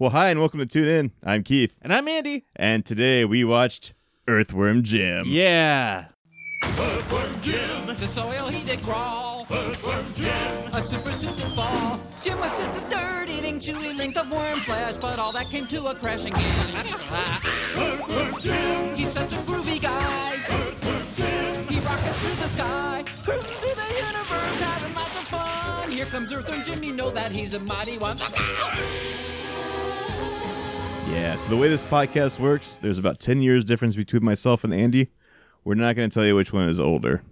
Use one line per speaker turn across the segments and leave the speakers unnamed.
Well, hi, and welcome to Tune In. I'm Keith,
And I'm Andy.
and today we watched Earthworm Jim.
Yeah.
The soil he did crawl. A super suit did fall. Jim was just a dirt eating, chewy length of worm flesh, but all that came to a crashing end. He's such a groovy guy. He rockets through the sky, cruising through the universe, having lots of fun. Here comes Earthworm Jim, you know that he's a mighty one. Look out!
Yeah, so the way this podcast works, there's about 10 years difference between myself and Andy. We're not going to tell you which one is older.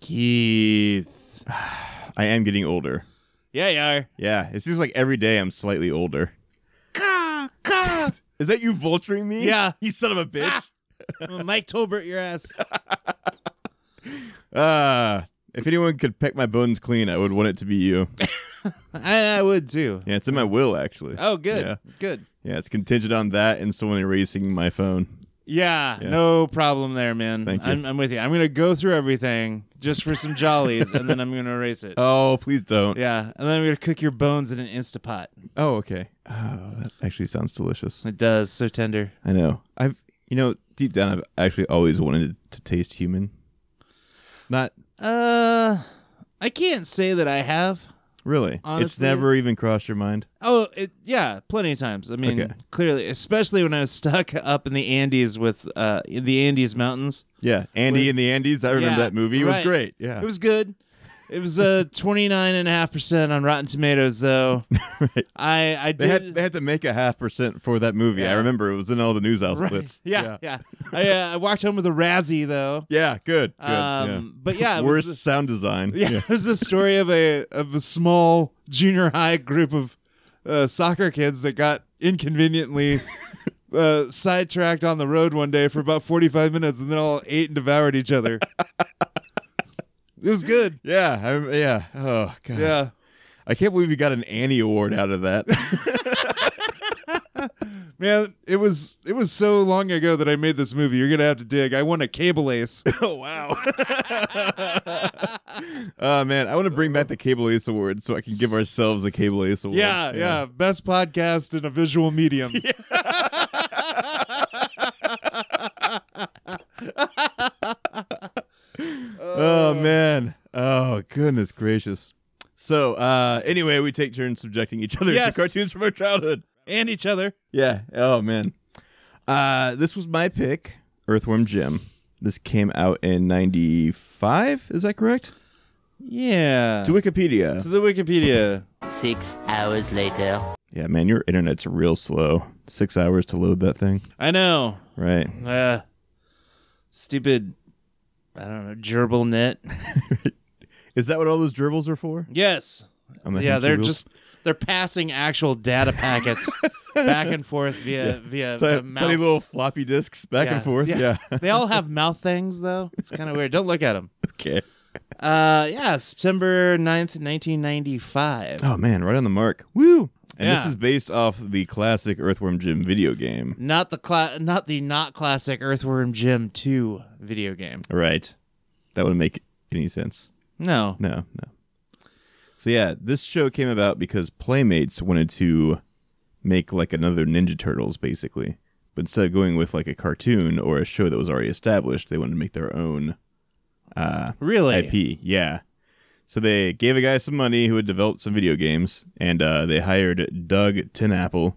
Keith.
I am getting older.
Yeah, you are.
Yeah, it seems like every day I'm slightly older.
Caw, caw.
Is that you vulturing me?
Yeah.
You son of a bitch.
I'm gonna Mike Tolbert, your ass.
Ah. if anyone could peck my bones clean, I would want it to be you.
I, I would too.
Yeah, it's in my will, actually.
Oh, good.
Yeah.
Good.
Yeah, it's contingent on that and someone erasing my phone.
Yeah,
Yeah.
no problem there, man.
Thank you.
I'm, I'm with you. I'm gonna go through everything just for some jollies, and then I'm gonna erase it.
Oh, please don't.
Yeah, and then I'm gonna cook your bones in an Instapot.
Oh, okay. Oh, that actually sounds delicious.
It does so tender.
I know. I've you know deep down I've actually always wanted to taste human. Not
Uh, I can't say that I have.
really. it's
Honestly-
never even crossed your mind.
Oh, it, yeah, plenty of times. I mean,
Okay.
clearly, especially when I was stuck up in the Andes with uh in the Andes mountains.
Yeah, Andy
Wait.
in the Andes. I remember
Yeah,
that movie. It was
right.
great. Yeah,
It was good. It was uh 29.5% on Rotten Tomatoes though.
Right.
I I did
They had they had to make a half percent for that movie. I
Yeah.
remember it was in all the news
Right.
outlets.
Yeah, yeah. I, uh, I walked home with a Razzie though.
Yeah, good. Good.
um but yeah,
yeah.
it
Worst
was
sound design.
yeah, it was the story of a of a small junior high group of uh, soccer kids that got inconveniently uh, sidetracked on the road one day for about forty five minutes, and then all ate and devoured each other. it was good.
Yeah, I rem- yeah. Oh god.
Yeah,
I can't believe you got an Annie award out of that.
man, it was it was so long ago that I made this movie. You're gonna have to dig. I won a cable ace.
Oh wow! Oh man, I want to bring back the Cable Ace Award so I can give ourselves a Cable Ace Award.
yeah, yeah, best podcast in a visual medium.
Oh
Um,
man. Oh goodness gracious. So uh anyway, we take turns subjecting each other
Yes.
to cartoons from our childhood.
and each other.
Yeah. Oh man. Uh this was my pick, Earthworm Jim. This came out in 95, is that correct?
Yeah.
To
to
Wikipedia.
the Wikipedia.
Six hours later.
Yeah, man, your internet's real slow. 6 hours to load that thing.
I know.
Right.
Uh, stupid. I don't know. Gerbil net.
Is that what all those gerbils are for?
Yes.
On the
yeah,
hamster
they're
wheels?
just they're passing actual data packets back and forth via via
Ti-
the mouth.
tiny little floppy disks back and forth. Yeah.
they all have mouth things though. It's kind of weird. Don't look at them.
okay.
Uh, yeah, September 9th, nineteen ninety five.
Oh man, right on the mark. Woo! And this
Yeah.
is based off the classic Earthworm Jim video game.
Not the cla- not the not classic Earthworm Jim two video game.
Right. That wouldn't make any sense.
No.
No, no. So yeah, this show came about because Playmates wanted to make like another Ninja Turtles, basically. But instead of going with like a cartoon or a show that was already established, they wanted to make their own
Really?
IP, yeah. So they gave a guy some money who had developed some video games, and uh, they hired Doug Tinapple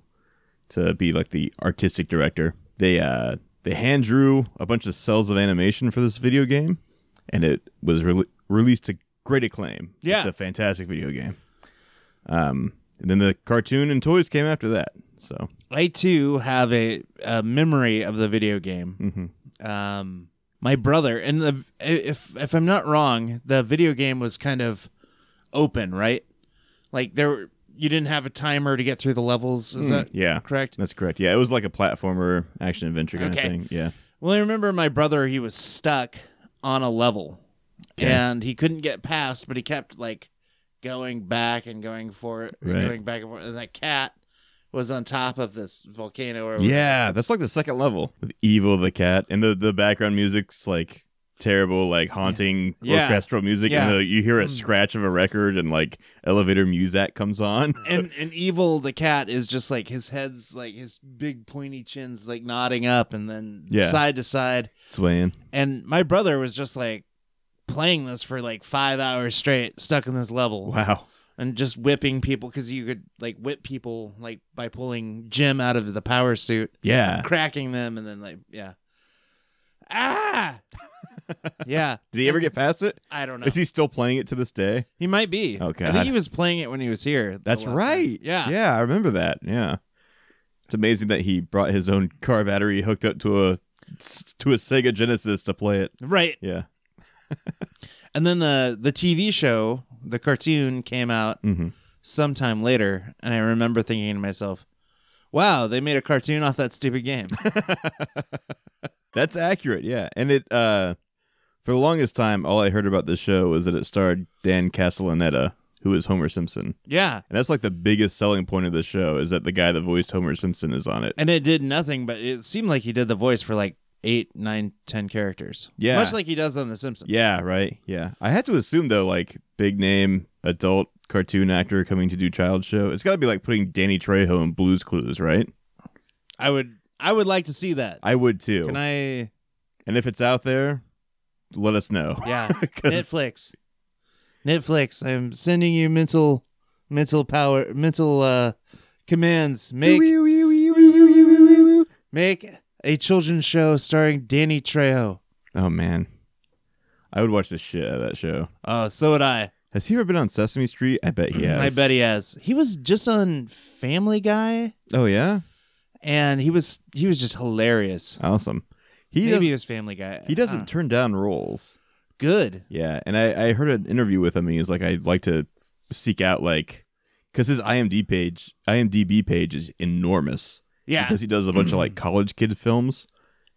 to be like the artistic director. They uh, they hand drew a bunch of cells of animation for this video game, and it was rele released to great acclaim.
Yeah.
it's a fantastic video game. Um, and then the cartoon and toys came after that. So
I too have a, a memory of the video game.
Mm-hmm.
Um, my brother and the if if I'm not wrong, the video game was kind of open, right? Like there, were- you didn't have a timer to get through the levels. Is that
Mm, yeah,
correct?
That's correct. Yeah, it was like a platformer action adventure kind
Okay.
of thing. Yeah.
Well, I remember my brother, he was stuck on a level and he couldn't get past, but he kept like going back and going for it,
Right.
going back and forth. And that cat was on top of this volcano or
Yeah, that's like the second level with Evil the cat, and the the background music's like terrible, like haunting
Yeah.
orchestral music,
Yeah. Hmm.
and uh, you hear a scratch of a record, and like elevator music comes on.
and and evil the cat is just like his head's like his big pointy chin's like nodding up and then
Yeah.
side to side
Swaying.
and my brother was just like playing this for like five hours straight stuck in this level
Wow.
and just whipping people because you could like whip people like by pulling jim out of the power suit
Yeah.
cracking them and then like yeah ah yeah
Did he ever get past it?
i don't know
Is he still playing it to this day?
he might be
Oh,
i
God.
think he was playing it when he was here the
That's
last time.
right.
yeah
Yeah, I remember that. Yeah. It's amazing that he brought his own car battery hooked up to a to a Sega Genesis to play it.
right
Yeah.
And then the the TV show, the cartoon came out
Mhm.
sometime later, and I remember thinking to myself, "Wow, they made a cartoon off that stupid game."
That's accurate. Yeah. And it uh for the longest time all I heard about this show was that it starred Dan Castellaneta, who is Homer Simpson.
yeah.
And that's like the biggest selling point of the show is that the guy that voiced Homer Simpson is on it.
And it did nothing, but it seemed like he did the voice for like eight, nine, ten characters.
Yeah.
Much like he does on The Simpsons.
Yeah, right. Yeah. I had to assume though, like big name adult cartoon actor coming to do child show. It's gotta be like putting Danny Trejo in blues clues, right?
I would I would like to see that.
I would too.
Can I
and if it's out there, let us know.
Yeah.
'Cause-
Netflix. Netflix, I'm sending you mental mental power mental uh commands. Make Make a children's show starring Danny Trejo.
Oh man. I would watch the shit out of that show.
Oh, so would I.
Has he ever been on Sesame Street? I bet he has.
I bet he has. He was just on Family Guy,
Oh yeah?
and he was he was just hilarious.
Awesome. He
Maybe Uh.
doesn't,
it was Family Guy.
he
Huh.
doesn't turn down roles.
good.
Yeah, and I, I heard an interview with him, and he was like, "I'd like to seek out like, because his IMDb page, IMDb page is enormous.
Yeah, Oh,
because he does a bunch of like college kid films.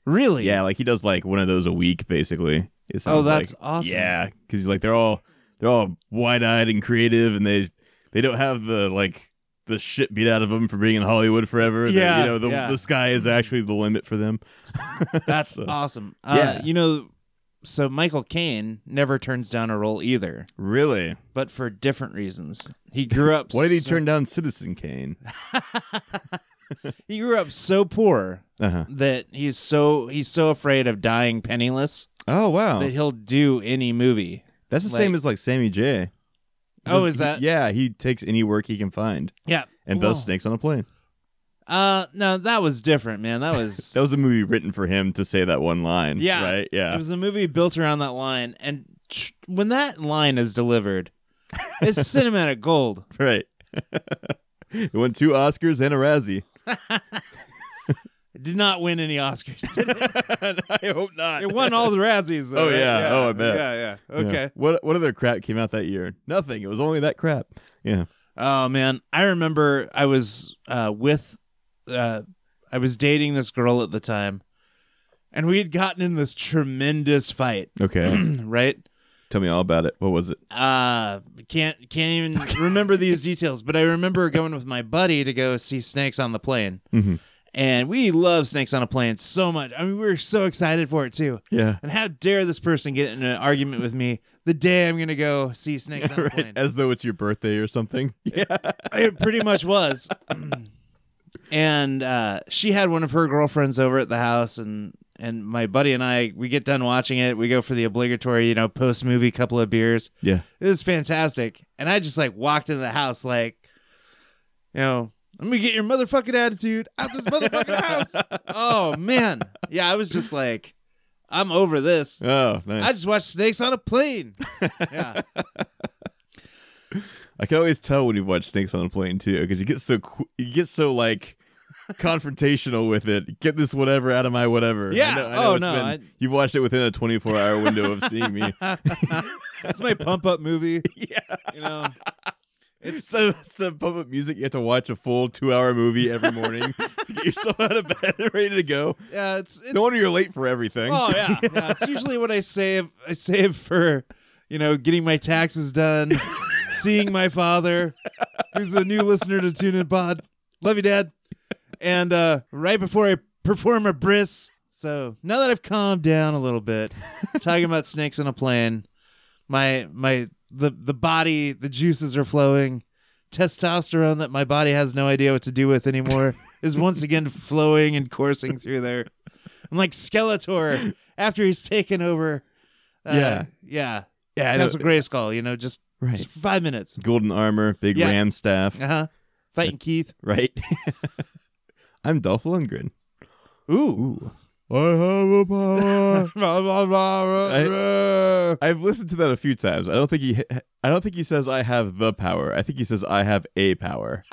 really.
Yeah, like he does like one of those a week, basically. It sounds
Oh, that's
like.
awesome.
Yeah, because he's like they're all they're all wide eyed and creative, and they they don't have the like the shit beat out of them for being in Hollywood forever. They're-
Yeah,
you know the
yeah.
the sky is actually the limit for them.
that's
So-
awesome. Uh,
Yeah.
you know, so Michael Caine never turns down a role either,
Really,
but for different reasons. He grew up.
why did he
so-
turn down Citizen Kane?
He grew up so poor
Uh huh.
that he's so he's so afraid of dying penniless
Oh wow,
that he'll do any movie.
That's the
Like-
same as like Sammy J.
Oh,
Does-
is that-
Yeah, he takes any work he can find,
Yeah.
and thus snakes on a plane.
Uh, no, that was different, man. That was
That was a movie written for him to say that one line.
yeah,
right. Yeah,
It was a movie built around that line, and tr- when that line is delivered, it's cinematic gold.
right. it won two Oscars and a Razzie.
It did not win any Oscars. did it?
I hope not.
it won all the Razzies. though,
Oh,
right?
yeah. Oh, I bet.
Yeah, yeah.
Yeah.
Okay.
What what other crap came out that year? Nothing. It was only that crap. Yeah.
Oh man, I remember I was uh, with, uh, I was dating this girl at the time, and we had gotten in this tremendous fight.
Okay.
right?
Tell me all about it. What was it?
uh can't can't even remember these details but i remember going with my buddy to go see snakes on the plane
Mhm.
and we love snakes on a plane so much i mean we were so excited for it too
Yeah.
and how dare this person get in an argument with me the day i'm gonna go see snakes on a
Right.
plane
As though it's your birthday or something. Yeah.
it pretty much was and uh she had one of her girlfriends over at the house and and my buddy and i we get done watching it we go for the obligatory you know post movie couple of beers
Yeah.
it was fantastic. And I just like walked into the house like, you know, I'm gonna get your motherfucking attitude out this motherfucking house. Oh man. Yeah, I was just like, I'm over this.
Oh, nice.
I just watched snakes on a plane. Yeah.
I can always tell when you watch Snakes on a Plane too, because you get so qu- you get so like confrontational with it. Get this whatever out of my whatever.
Yeah.
I know, I
Oh,
know it's
no,
been-
I-
you've watched it within a 24 hour window of seeing me.
That's my pump up movie.
yeah.
You know.
It's so so pump up music. You have to watch a full two hour movie every morning to get yourself out of bed and ready to go.
Yeah, it's it's
No wonder you're late for everything.
Oh yeah. yeah. It's usually what I save I save for, you know, getting my taxes done, seeing my father, who's a new listener to Tune In Pod. Love you, Dad. And uh, right before I perform a bris, So now that I've calmed down a little bit, talking about snakes on a plane, my my the the body the juices are flowing, testosterone that my body has no idea what to do with anymore is once again flowing and coursing through there. I'm like Skeletor after he's taken over. Uh,
Yeah.
yeah.
Yeah, I know.
That's a Grayskull, you know, just,
Right.
just five minutes.
Golden armor, big
Yeah.
ram staff,
Uh huh. Fighting Keith.
right? I'm Dolph Lundgren.
Ooh.
Ooh. I have a power.
I,
I've listened to that a few times. I don't think he. I don't think he says I have the power. I think he says I have a power.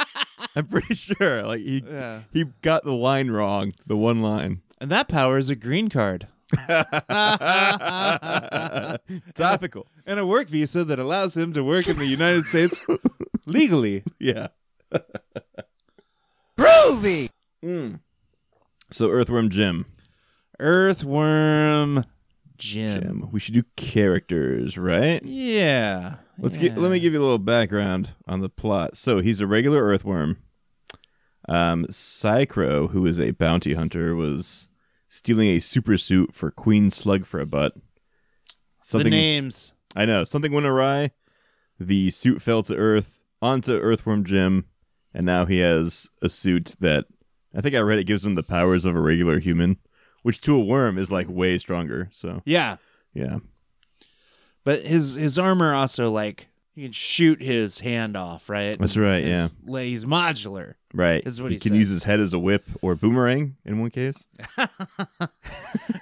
I'm pretty sure. Like he
Yeah.
he got the line wrong. The one line.
and that power is a green card.
Topical.
and a work visa that allows him to work in the United States legally.
Yeah. Groovy. So Earthworm Jim.
Earthworm Jim.
Jim. We should do characters, right?
Yeah.
Let's
yeah.
get. Let me give you a little background on the plot. So he's a regular earthworm. Um, Psychro, who is a bounty hunter, was stealing a super suit for Queen Slug for a butt.
the
Something
names.
I know. Something went awry. The suit fell to Earth onto Earthworm Jim, and now he has a suit that I think I read it gives him the powers of a regular human, which to a worm is like way stronger. So
Yeah.
yeah,
But his his armor also like he can shoot his hand off, right?
That's right,
His- like, he's modular.
right.
That's what he
can
said.
use his head as a whip or boomerang in one case.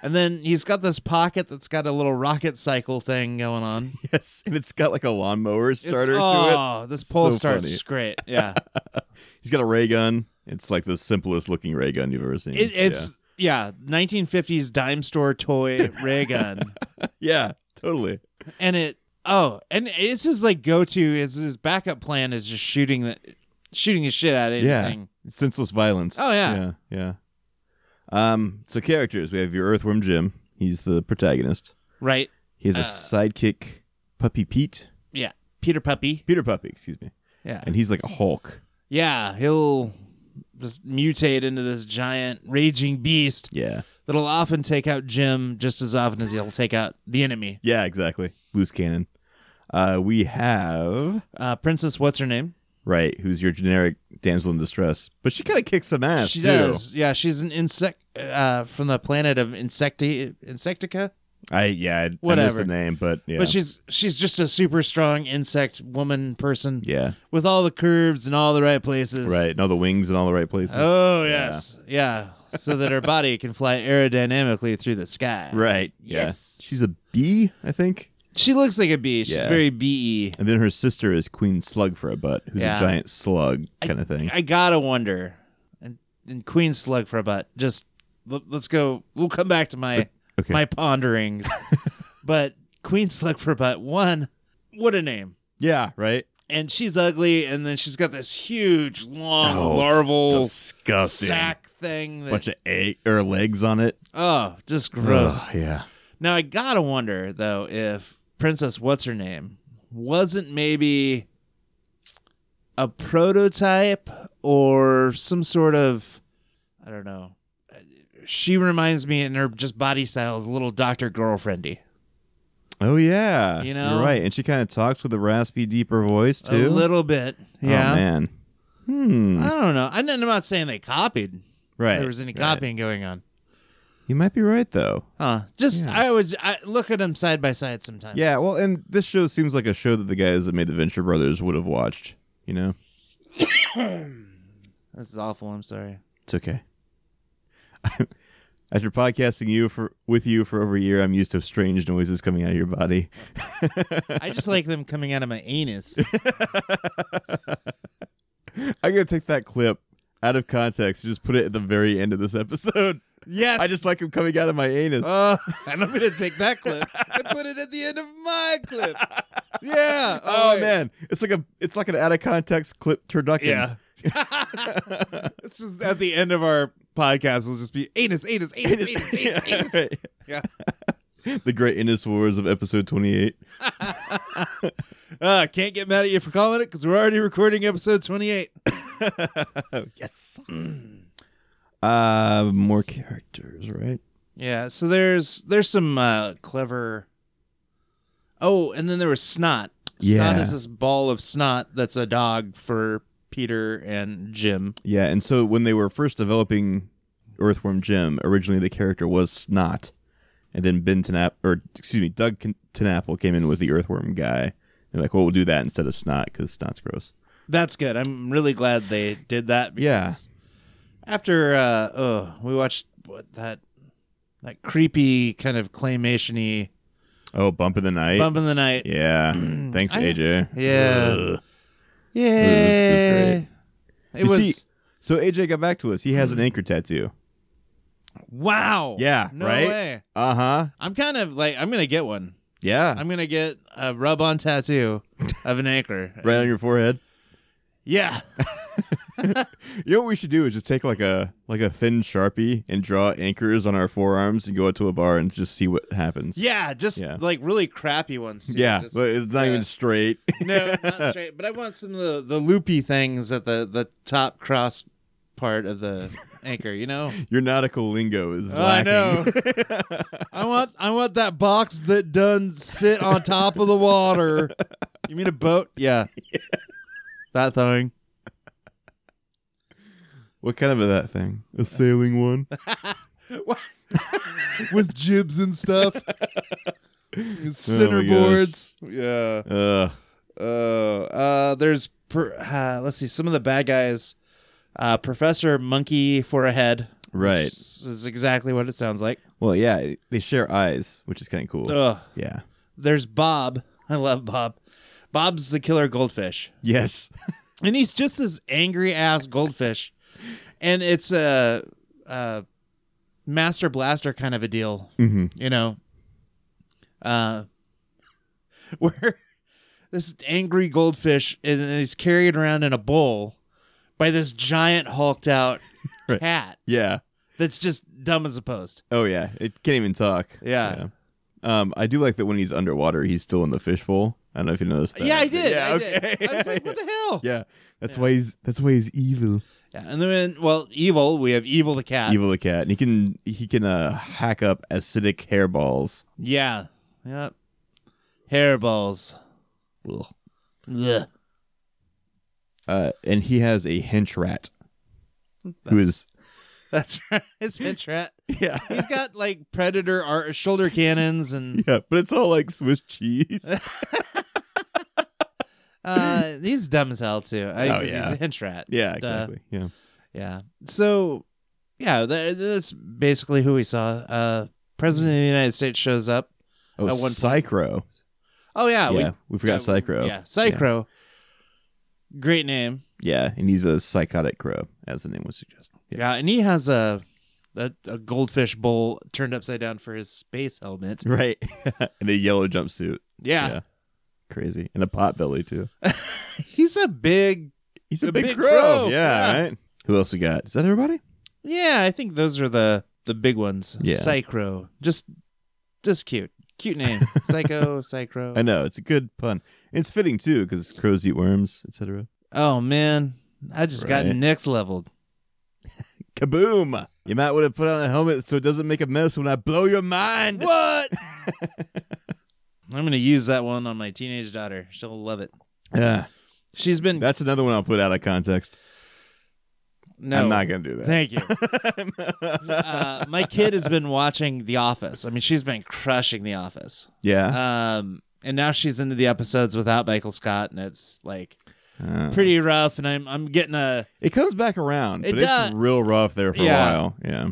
And then he's got this pocket that's got a little rocket cycle thing going on.
Yes, and it's got like a lawnmower starter
it's,
to it.
oh, this pole
So
starts
funny.
is great. Yeah.
He's got a ray gun. It's like the simplest looking ray gun you've ever seen.
It, it's yeah. 1950s dime store toy ray gun.
yeah, yeah totally.
and it oh and it's his like go to is his backup plan is just shooting the shooting his shit at anything.
senseless violence.
Oh, yeah.
yeah, yeah. Um, so characters we have your Earthworm Jim. He's the protagonist.
Right?
He has a sidekick, Puppy Pete,
Yeah. Peter Puppy.
Peter Puppy, excuse me,
Yeah.
and he's like a Hulk.
Yeah, he'll just mutate into this giant raging beast
Yeah,
that'll often take out Jim just as often as he'll take out the enemy.
yeah, exactly. Loose cannon. Uh, we have
Uh, Princess what's her name?
right, who's your generic damsel in distress, but she kind of kicks some ass
she
too.
does. Yeah, she's an insect uh, from the planet of Insecti Insectica.
I yeah, I, I missed
Whatever.
the name, but yeah,
But she's she's just a super strong insect woman person.
yeah,
with all the curves and all the right places.
right. And all the wings in all the right places.
Oh yes, yeah. So that her body can fly aerodynamically through the sky.
Right. Yeah.
Yes.
She's a bee, I think.
She looks like a bee. She's
Yeah.
very bee.
And then her sister is Queen Slug for a butt, who's
Yeah.
a giant slug kind of thing.
I gotta wonder. And, and Queen Slug for a butt. Just l- let's go. We'll come back to my
okay.
my ponderings. but Queen Slug for a butt. One. What a name.
yeah, right?
And she's ugly, and then she's got this huge, long,
Oh, it's
larval
disgusting.
sack thing. That,
Bunch of egg or legs on it.
oh, just gross.
Ugh, yeah.
Now I gotta wonder though if Princess what's her name wasn't maybe a prototype or some sort of I don't know. She reminds me in her just body style is a little doctor girlfriendy,
Oh yeah.
You
You
know?
know? You're right. And she kind of talks with a raspy, deeper voice too.
a little bit. Yeah,
Oh man. Hmm.
I don't know. I'm not saying they copied.
right.
There was any
right.
copying going on.
You might be right though.
Huh? Just I always I look at them side by side sometimes.
Yeah, well, and this show seems like a show that the guys that made the Venture Brothers would have watched, you know?
this is awful. I'm sorry.
It's okay. After podcasting you for with you for over a year, I'm used to strange noises coming out of your body.
I just like them coming out of my anus.
I'm gonna take that clip out of context and just put it at the very end of this episode.
yes,
I just like him coming out of my anus.
Uh, and I'm gonna take that clip and put it at the end of my clip. Yeah.
oh
wait.
man, it's like a it's like an out of context clip turducken.
Yeah. It's just at the end of our podcast. It'll just be anus, anus, anus, anus, anus, anus.
Right.
Yeah.
The great anus wars of episode 28.
Uh, can't get mad at you for calling it because we're already recording episode 28.
Oh, Yes. Uh, more characters, right?
Yeah, so there's there's some uh, clever. Oh, and then there was snot. Snot
Yeah.
is this ball of snot that's a dog for Peter and Jim.
Yeah, and so when they were first developing Earthworm Jim, originally the character was Snot, and then Ben Tenap or excuse me, Doug Kin- Tenapple came in with the Earthworm guy. They're like, well, we'll do that instead of Snot because Snot's gross.
That's good. I'm really glad they did that. Because
Yeah.
After uh, oh, we watched what that that creepy kind of claymationy
Oh, Bump Mm. in the Night.
bump in the night.
Yeah, thanks,
I-
AJ.
Yeah.
Ugh.
Yeah.
It was- it was
It
You
was
see, so AJ got back to us. He has an anchor tattoo.
wow.
Yeah,
No
right?
way.
Uh huh.
I'm kind of like I'm gonna get one.
Yeah,
I'm gonna get a rub on tattoo of an anchor.
right on your forehead.
Yeah.
You know what we should do is just take like a like a thin sharpie and draw anchors on our forearms and go out to a bar and just see what happens.
Yeah, just
Yeah.
like really crappy ones. Too.
yeah.
Just-
but it's not
yeah.
even straight.
no, not straight. But I want some of the, the loopy things at the, the top cross part of the anchor. You know, Oh,
your nautical lingo is
I
lacking.
know. I want I want that box that doesn't sit on top of the water. You mean a boat? Yeah, that thing.
what kind of a that thing? A sailing one?
with jibs and stuff.
Oh my gosh.
Centerboards. yeah.
Ugh.
Oh, uh, there's per, uh, let's see some of the bad guys. Uh, Professor Monkey for a head.
Right.
This is exactly what it sounds like.
Well, yeah, they share eyes, which is kind of cool.
Ugh.
Yeah.
There's Bob. I love Bob. Bob's the killer goldfish,
Yes.
and he's just this angry ass goldfish, and it's a, a master blaster kind of a deal.
hmm
you know, uh, where this angry goldfish is, and he's carried around in a bowl by this giant hulked out
Right.
cat
Yeah.
that's just dumb as a post.
Oh yeah. It can't even talk.
Yeah.
Yeah. Um, I do like that when he's underwater, he's still in the fishbowl. I don't know if you noticed that.
yeah, I
but-
did.
Yeah,
I
okay.
did. I was like, what the hell?
Yeah, that's why he's that's why he's evil.
Yeah, And then, well, evil. We have evil the cat.
Evil the cat, and he can he can uh, hack up acidic hairballs.
Yeah. Yep. Hairballs.
Ugh.
Ugh.
Uh, and he has a hench rat, who is
That's right. It's a rat.
yeah
He's got like predator ar- shoulder cannons and
yeah, but it's all like Swiss cheese.
Uh, he's dumb as hell too. I,
Oh,
'cause
yeah.
he's a hench rat.
yeah,
Duh.
exactly. Yeah,
yeah. So, yeah, tha- that's basically who we saw. Uh, President of the United States shows up.
oh
At one point-
Psychro.
Oh yeah,
yeah, we, forgot
yeah, we-
Psychro.
Yeah, Psychro. Great name.
yeah, and he's a psychotic crow, as the name would suggest. Yeah,
Yeah, and he has a a, a goldfish bowl turned upside down for his space helmet.
right. and a yellow jumpsuit.
Yeah,
Yeah. Crazy, and a pot belly too.
he's a big.
He's a,
A
big,
big
crow.
crow,
Yeah,
yeah.
right. Who else we got? Is that everybody?
Yeah, I think those are the the big ones.
Yeah.
Psychro, just just cute, cute name. Psycho, Psychro.
I know it's a good pun. It's fitting too because crows eat worms, etc.
Oh man, I just got
Right.
next leveled.
Kaboom! You might want to put on a helmet so it doesn't make a mess when I blow your mind.
What? I'm gonna use that one on my teenage daughter. She'll love it.
Yeah,
She's been
that's another one I'll put out of context.
no.
I'm not gonna do that.
Thank you. uh, my kid has been watching The Office. I mean, she's been crushing The Office.
yeah,
Um, and now she's into the episodes without Michael Scott, and it's like
Uh,
pretty rough. And I'm I'm getting a
It comes back around,
It
but it's
does.
real rough there for a
Yeah.
while. Yeah,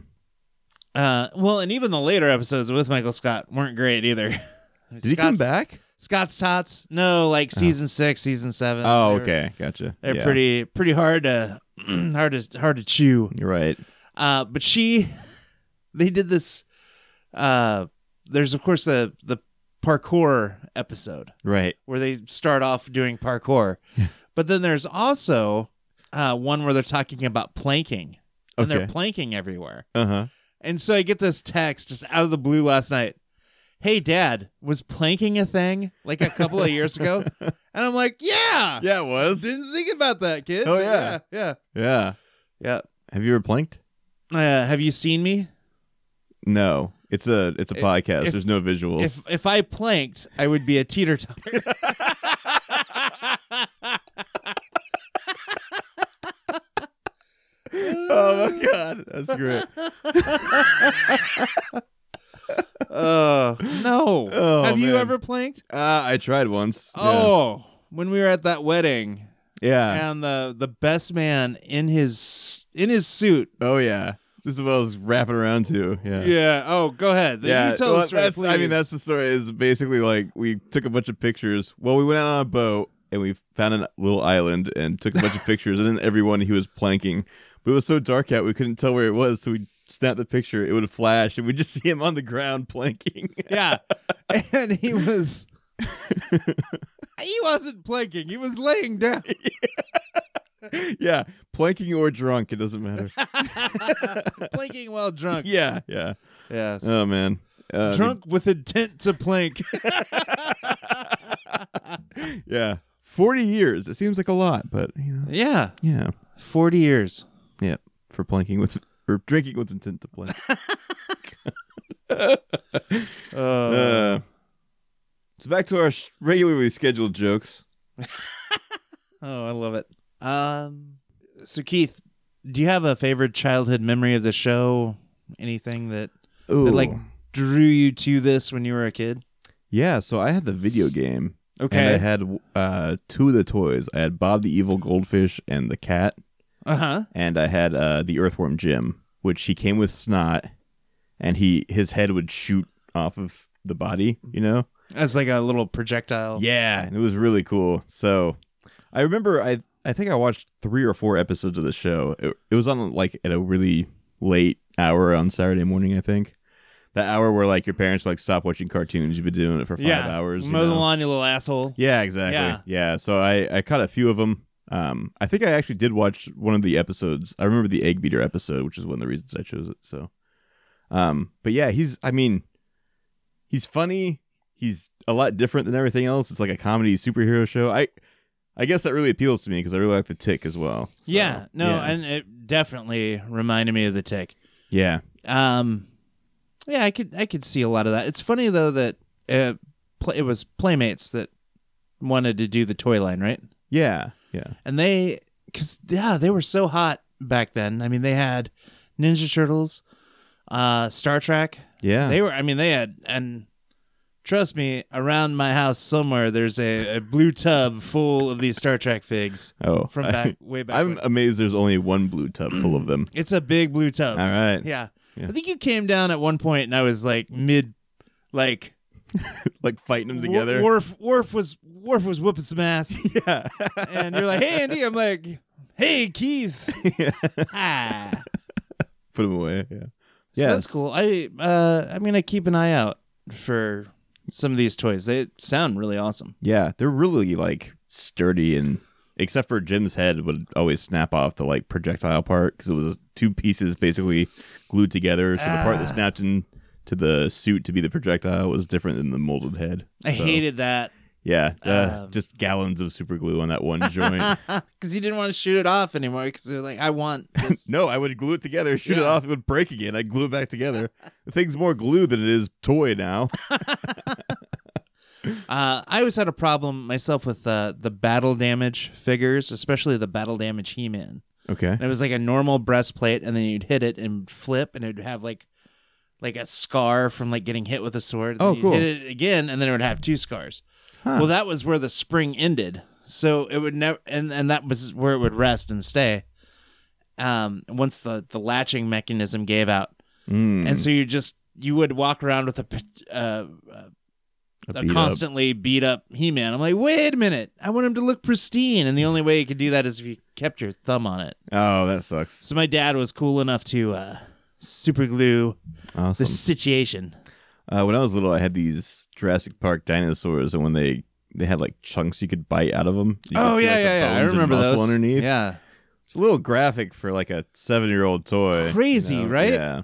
uh, well, and even the later episodes with Michael Scott weren't great either. Did
did he come back? Uh-huh.
Scott's Tots? No, like season six, season seven.
Oh,
They were-
okay, gotcha.
uh, They're
Yeah.
pretty pretty hard to hard to hard to chew.
You're right.
Uh, but she, they did this. Uh, there's of course the the parkour episode
Right.
where they start off doing parkour, but then there's also uh, one where they're talking about planking and they're
Okay.
planking everywhere.
Uh huh.
And so I get this text just out of the blue last night. Hey, Dad, was planking a thing like a couple of years ago? And I'm like, yeah,
Yeah, it was.
Didn't think about that, kid.
Oh,
But
yeah.
yeah,
Yeah.
yeah.
Have you ever planked?
yeah. Uh, have you seen me?
No. It's a it's a podcast.
if-
There's no visuals.
If if I planked, I would be a teeter totter.
oh my god, that's great. Uh,
Oh no!
Oh,
Have you
man.
ever planked?
Uh, I tried once. Yeah.
Oh, when we were at that wedding,
yeah.
and the the best man in his in his suit.
Oh yeah. This is what I was wrapping around to. Yeah.
Yeah. Oh, go ahead.
Yeah,
You tell
well,
the story,
that's, I mean,
please.
that's the story. Is basically like we took a bunch of pictures. Well, we went out on a boat and we found a little island and took a bunch of pictures. And then everyone he was planking, but it was so dark out we couldn't tell where it was. So we snapped the picture. It would flash, and we just see him on the ground planking.
yeah. And he was he wasn't planking. He was laying down.
yeah, planking or drunk, it doesn't matter.
planking while drunk.
yeah, yeah.
Yes.
Oh man, Uh,
drunk with intent to plank.
Yeah, forty years. It seems like a lot, but you know,
yeah.
yeah,
40 years.
yeah, for planking with or drinking with intent to plank.
Uh,
Uh, so back to our sh- regularly scheduled jokes.
oh, I love it. Um so Keith, do you have a favorite childhood memory of the show? Anything that,
Ooh.
that like drew you to this when you were a kid?
yeah. So I had the video game, and I
Okay.
had uh, two of the toys. I had Bob the Evil Goldfish and the cat,
Uh-huh.
and I had uh, the Earthworm Jim, which he came with snot, and he his head would shoot off of the body. You know.
That's like a little projectile.
Yeah, and it was really cool. So I remember I I think I watched three or four episodes of the show. It, it was on like at a really late hour on Saturday morning, I think. That hour where like your parents like stop watching cartoons, you've been doing it for five
Yeah.
hours. you
Mow the
know?
lawn, you little asshole.
Yeah, exactly.
Yeah.
Yeah. So I I caught a few of them. Um, I think I actually did watch one of the episodes. I remember the egg beater episode, which is one of the reasons I chose it. So, um, but yeah, he's. I mean, he's funny. He's a lot different than everything else. It's like a comedy superhero show. I, I guess that really appeals to me because I really like the Tick as well. So,
yeah, no,
yeah.
and it definitely reminded me of the tick.
yeah,
Um, yeah, I could I could see a lot of that. It's funny though that uh, pl- it was Playmates that wanted to do the toy line, right?
yeah, yeah,
And they, cause yeah, they were so hot back then. I mean, they had Ninja Turtles, uh, Star Trek.
yeah.
They were, I mean, they had and. Trust me, around my house somewhere there's a, a blue tub full of these Star Trek figs
oh,
from
I-
back way back.
I'm
when.
amazed. There's only one blue tub full of them.
It's a big blue tub.
All right.
Yeah.
Yeah.
I think you came down at one point and I was like mid like
like fighting them together.
Wor- Worf Worf was Worf was whooping some ass.
yeah.
and you're like, Hey Andy, I'm like, Hey Keith. ah.
Put them away. Yeah.
So that's cool. I uh I'm gonna keep an eye out for some of these toys. They sound really awesome.
Yeah, they're really like sturdy and except for Jim's head would always snap off the like projectile part because it was two pieces basically glued together. So the part
Ah.
that snapped in to the suit to be the projectile was different than the molded head.
I
So,
hated that.
Yeah, uh,
Um,
just gallons of super glue on that one joint.
Because you didn't want to shoot it off anymore. Because they're like, I want this.
No, I would glue it together, shoot it
Yeah.
off, it would break again. I would glue it back together. the thing's more glue than it is toy now.
Uh, I always had a problem myself with uh, the battle damage figures, especially the battle damage He Man.
Okay.
and it was like a normal breastplate and then you'd hit it and flip and it would have like like a scar from like getting hit with a sword and
Oh,
you
cool.
hit it again and then it would have two scars well that was where the spring ended so it would never and, and that was where it would rest and stay um once the the latching mechanism gave out
Mm,
and so you just you would walk around with a p- uh, a,
beat up.
constantly beat up he-man i'm like wait a minute i want him to look pristine and the only way you could do that is if you kept your thumb on it
Oh, that sucks.
so my dad was cool enough to uh, super glue the
Awesome.
situation.
Uh, when I was little, I had these Jurassic Park dinosaurs, and when they they had like chunks you could bite out of them. You
Oh,
could see, like, the bones and muscle Underneath,
Yeah,
it's a little graphic for like a seven year old toy.
Crazy, right?
Yeah,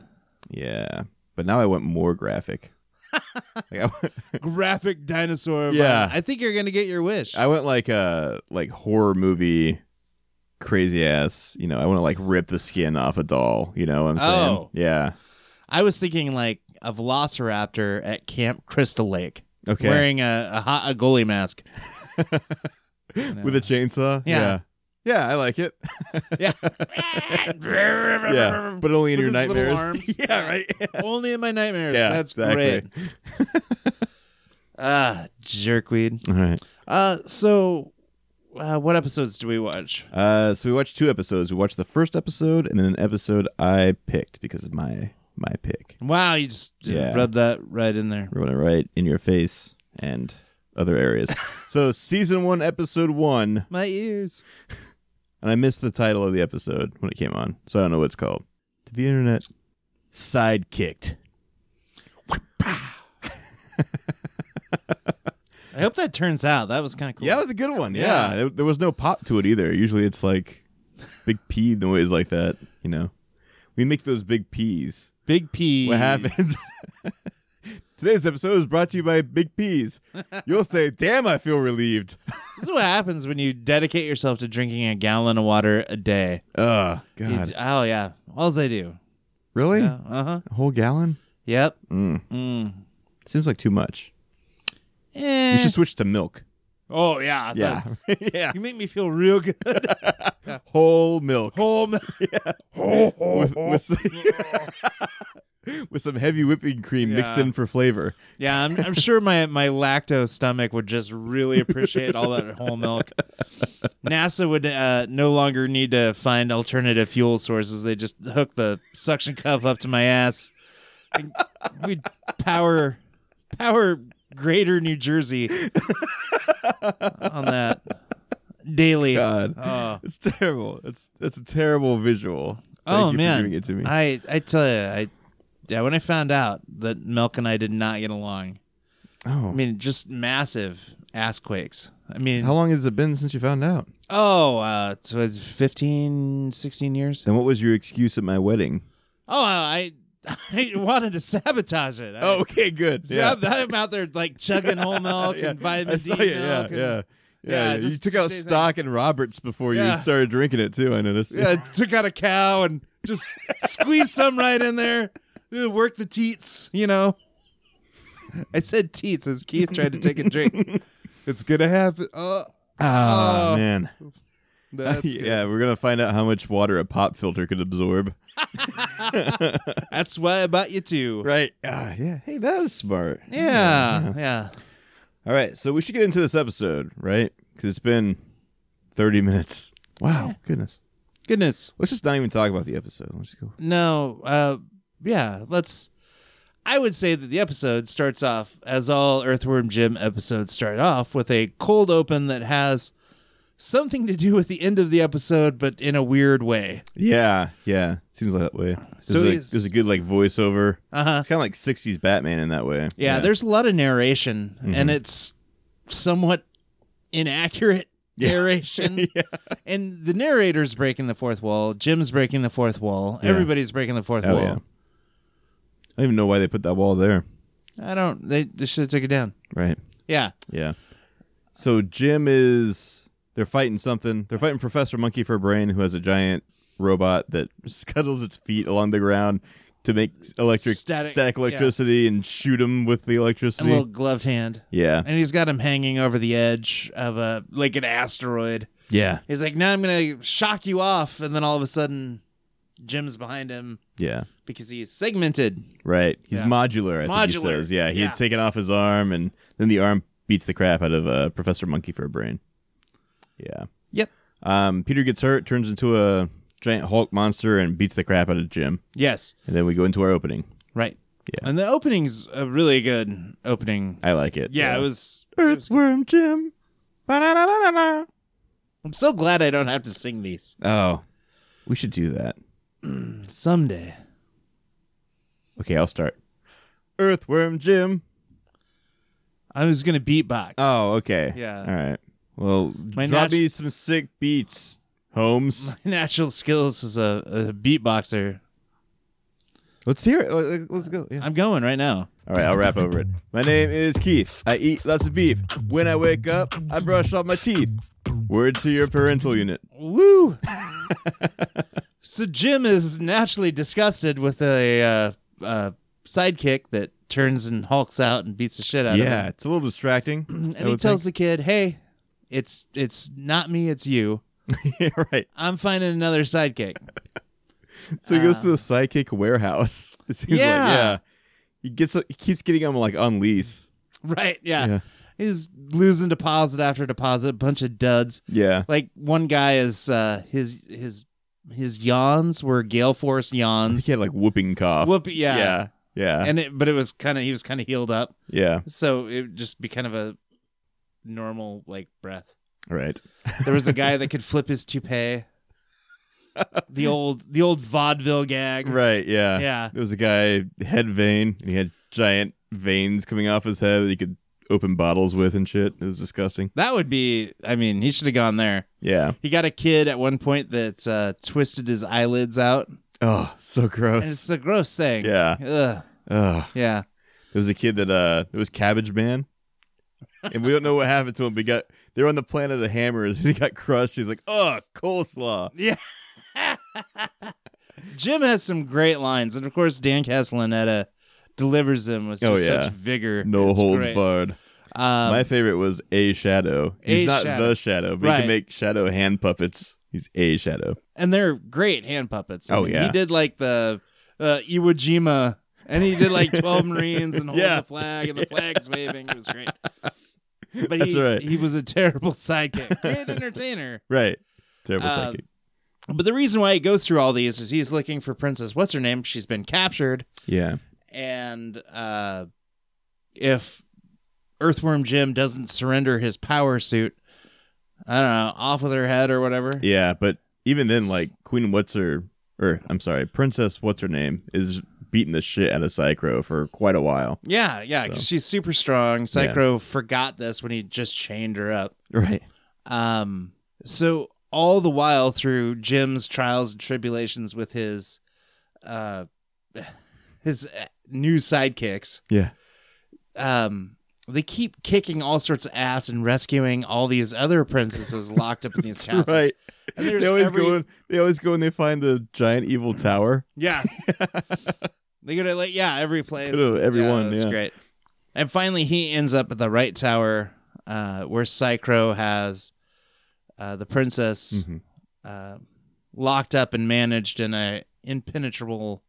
yeah. But now I went more graphic. like I, went,
graphic dinosaur. but
Yeah.
I think you're gonna get your wish.
I went like a like horror movie, crazy ass. You know, I want to like rip the skin off a doll. You know what I'm saying?
Oh.
Yeah,
I was thinking like a velociraptor at Camp Crystal Lake.
Okay.
Wearing a, a, hot, a goalie mask.
with a chainsaw.
Yeah.
yeah, Yeah, I like it.
Yeah.
yeah, but only in
With
your
his little
nightmares.
arms.
yeah, right.
Only in my nightmares.
Yeah,
That's
exactly.
great. Ah, jerkweed.
All right.
Uh, so uh, what episodes do we watch?
Uh, so we watched two episodes. We watched the first episode and then an episode I picked because of my my pick.
Wow, you just uh,
Yeah.
rubbed that right in there.
We're gonna write in your face and other areas. so season one, episode one,
My ears.
and I missed the title of the episode when it came on, so I don't know what it's called. To the internet, sidekicked.
I hope that turns out. That was kind of cool.
Yeah, that was a good one. Yeah,
Yeah.
There, there was no pop to it either. Usually, it's like big P noise like that. You know, we make those big P's.
Big P.
What happens? Today's episode is brought to you by Big P's. You'll say, "Damn, I feel relieved."
This is what happens when you dedicate yourself to drinking a gallon of water a day.
Oh
You
God,
j- oh yeah, alls I do.
really?
Uh huh.
A whole gallon?
Yep.
Mm.
Mm.
Seems like too much.
Eh.
You should switch to milk.
Oh yeah. that's-
yeah.
You make me feel real good.
Whole milk.
Whole mi-
with, with, some, with some heavy whipping cream mixed
Yeah.
in for flavor.
yeah, I'm, I'm sure my my lactose stomach would just really appreciate all that whole milk. NASA would uh, no longer need to find alternative fuel sources. They just hook the suction cup up to my ass. And we'd power power Greater New Jersey on that daily.
God.
Oh.
It's terrible. It's that's a terrible visual. Thank
oh
you
man,
for giving it to me.
I I tell you, I yeah. When I found out that Milk and I did not get along, I
oh,
mean, just massive ass quakes. I mean,
how long has it been since you found out?
oh, uh, so it's 15, 16 years.
Then what was your excuse at my wedding?
Oh, I I wanted to sabotage it. I,
okay, good.
so I'm, I'm out there like chugging whole milk and vitamin
I saw
D
you, Yeah,
milk. and-
yeah,
Yeah,
yeah. you
just-
took
just
out
say that.
stock and Roberts before
Yeah.
you started drinking it too. I noticed.
Yeah, I took out a cow and just squeezed some right in there. Uh, Work the teats, you know. I said teats as Keith tried to take a drink. it's gonna happen. Oh,
Oh,
Oh.
man.
that's good.
yeah, we're gonna find out how much water a pop filter could absorb.
That's why I bought you two.
Right. Ah, yeah. Hey, that was smart.
Yeah, yeah.
All right, so we should get into this episode, right? Because it's been thirty minutes. Wow, goodness.
Goodness,
Let's just not even talk about the episode. Let's just go.
no. Uh, yeah. Let's. I would say that the episode starts off as all Earthworm Jim episodes start off with a cold open that has something to do with the end of the episode, but in a weird way.
Yeah, yeah. Seems like that way.
So
there's,
he's-
a, there's a good like voiceover.
Uh huh.
It's kind of like '60s Batman in that way.
Yeah, there's a lot of narration,
Mm-hmm.
and it's somewhat inaccurate narration.
Yeah.
And the narrator's breaking the fourth wall. Jim's breaking the fourth wall.
Yeah.
Everybody's breaking the fourth
Oh
wall.
yeah. I don't even know why they put that wall there.
I don't. They, they should have took it down.
Right.
Yeah.
Yeah. So Jim is they're fighting something. They're fighting Professor Monkey for a Brain, who has a giant robot that scuttles its feet along the ground to make electric
Static, yeah.
electricity and shoot him with the
A
electricity.
little gloved hand.
yeah.
And he's got him hanging over the edge of a like an asteroid.
Yeah.
He's like, "Now I'm gonna shock you off," and then all of a sudden, Jim's behind him
Yeah.
because he's segmented.
Right. He's
Yeah.
modular, I think he
Modular.
says. Yeah. He
Yeah.
had taken off his arm and then the arm beats the crap out of uh, Professor Monkey for a brain. Yeah.
Yep.
Um, Peter gets hurt, turns into a giant Hulk monster and beats the crap out of Jim.
Yes.
And then we go into our opening.
Right.
Yeah.
And the opening's a really good opening.
I like it.
Yeah, it was.
Earthworm Jim. Ba-da-da-da-da-da.
I'm so glad I don't have to sing these
Oh. We should do that.
someday.
Okay, I'll start. Earthworm Jim.
I was gonna beatbox.
Oh, okay.
Yeah.
All right. Well,
My
drop
nat-
me some sick beats, Holmes.
Natural skills as a, a beatboxer.
Let's hear it. Let- Let's go. Yeah.
I'm going right now.
All right, I'll rap over it. My name is Keith. I eat lots of beef. When I wake up, I brush all my teeth. Word to your parental unit.
Woo! so Jim is naturally disgusted with a uh, uh, sidekick that turns and hulks out and beats the shit out of
yeah,
him.
it's a little distracting. I
And he
would
tells the kid, "Hey, it's it's not me, it's you.
think. yeah, right.
I'm finding another sidekick."
So he goes to the psychic warehouse. It seems
Yeah.
like yeah. He gets he keeps getting them like on lease.
right? Yeah.
Yeah.
He's losing deposit after deposit, bunch of duds.
Yeah.
Like one guy is uh his his his yawns were gale force
I think
yawns.
he had like whooping cough.
Whoop, yeah.
Yeah. Yeah.
And it, but it was kind of he was kind of healed up.
yeah.
So it would just be kind of a normal like breath.
Right.
There was a guy that could flip his toupee. The old the old vaudeville gag.
Right. Yeah.
Yeah.
There was a guy head vein, and he had giant veins coming off his head that he could open bottles with and shit. It was disgusting.
That would be I mean, he should have gone there.
Yeah.
He got a kid at one point that uh, twisted his eyelids out.
Oh, so
And it's
gross.
a gross thing.
Yeah.
Ugh.
Ugh.
Yeah.
There was a kid that uh, it was Cabbage Man, and we don't know what happened to him. But he got they were on the planet of hammers, and he got crushed. He's like, oh, coleslaw.
Yeah. Jim has some great lines, and of course Dan Castellaneta delivers them with just
Oh, yeah.
such vigor.
No
It's
holds
great.
barred.
Um,
My favorite was a shadow. He's
A
not
Shadow.
the shadow, but he
Right.
can make shadow hand puppets. He's a shadow.
and they're great hand puppets. I
Oh,
mean,
yeah.
he did like the uh, Iwo Jima, and he did like twelve Marines and holding
Yeah.
the flag, and the flag's waving. It was great. But
That's
he
right.
he was a terrible sidekick, great entertainer.
Right. Terrible
Uh,
psychic.
But the reason why he goes through all these is he's looking for Princess what's her name. She's been captured,
Yeah.
and uh, if Earthworm Jim doesn't surrender his power suit, I don't know, off with her head or whatever.
Yeah, but even then, like Queen What's her or I'm sorry, Princess What's her name is beating the shit out of Psychro for quite a while.
Yeah, yeah, 'cause
So-
she's super strong. Psychro forgot this when he just chained her up.
Right.
Um, so all the while through Jim's trials and tribulations with his, uh, his uh, new sidekicks,
Yeah.
um, they keep kicking all sorts of ass and rescuing all these other princesses locked up in these castles.
Right.
And there's
They always
every-
go. In, they always go and they find the giant evil tower.
Yeah. they go to like yeah, every place.
Go to everyone,
It's
yeah.
great. And finally he ends up at the right tower, uh, where Psychro has uh, the princess
Mhm.
uh, locked up and managed in a impenetrable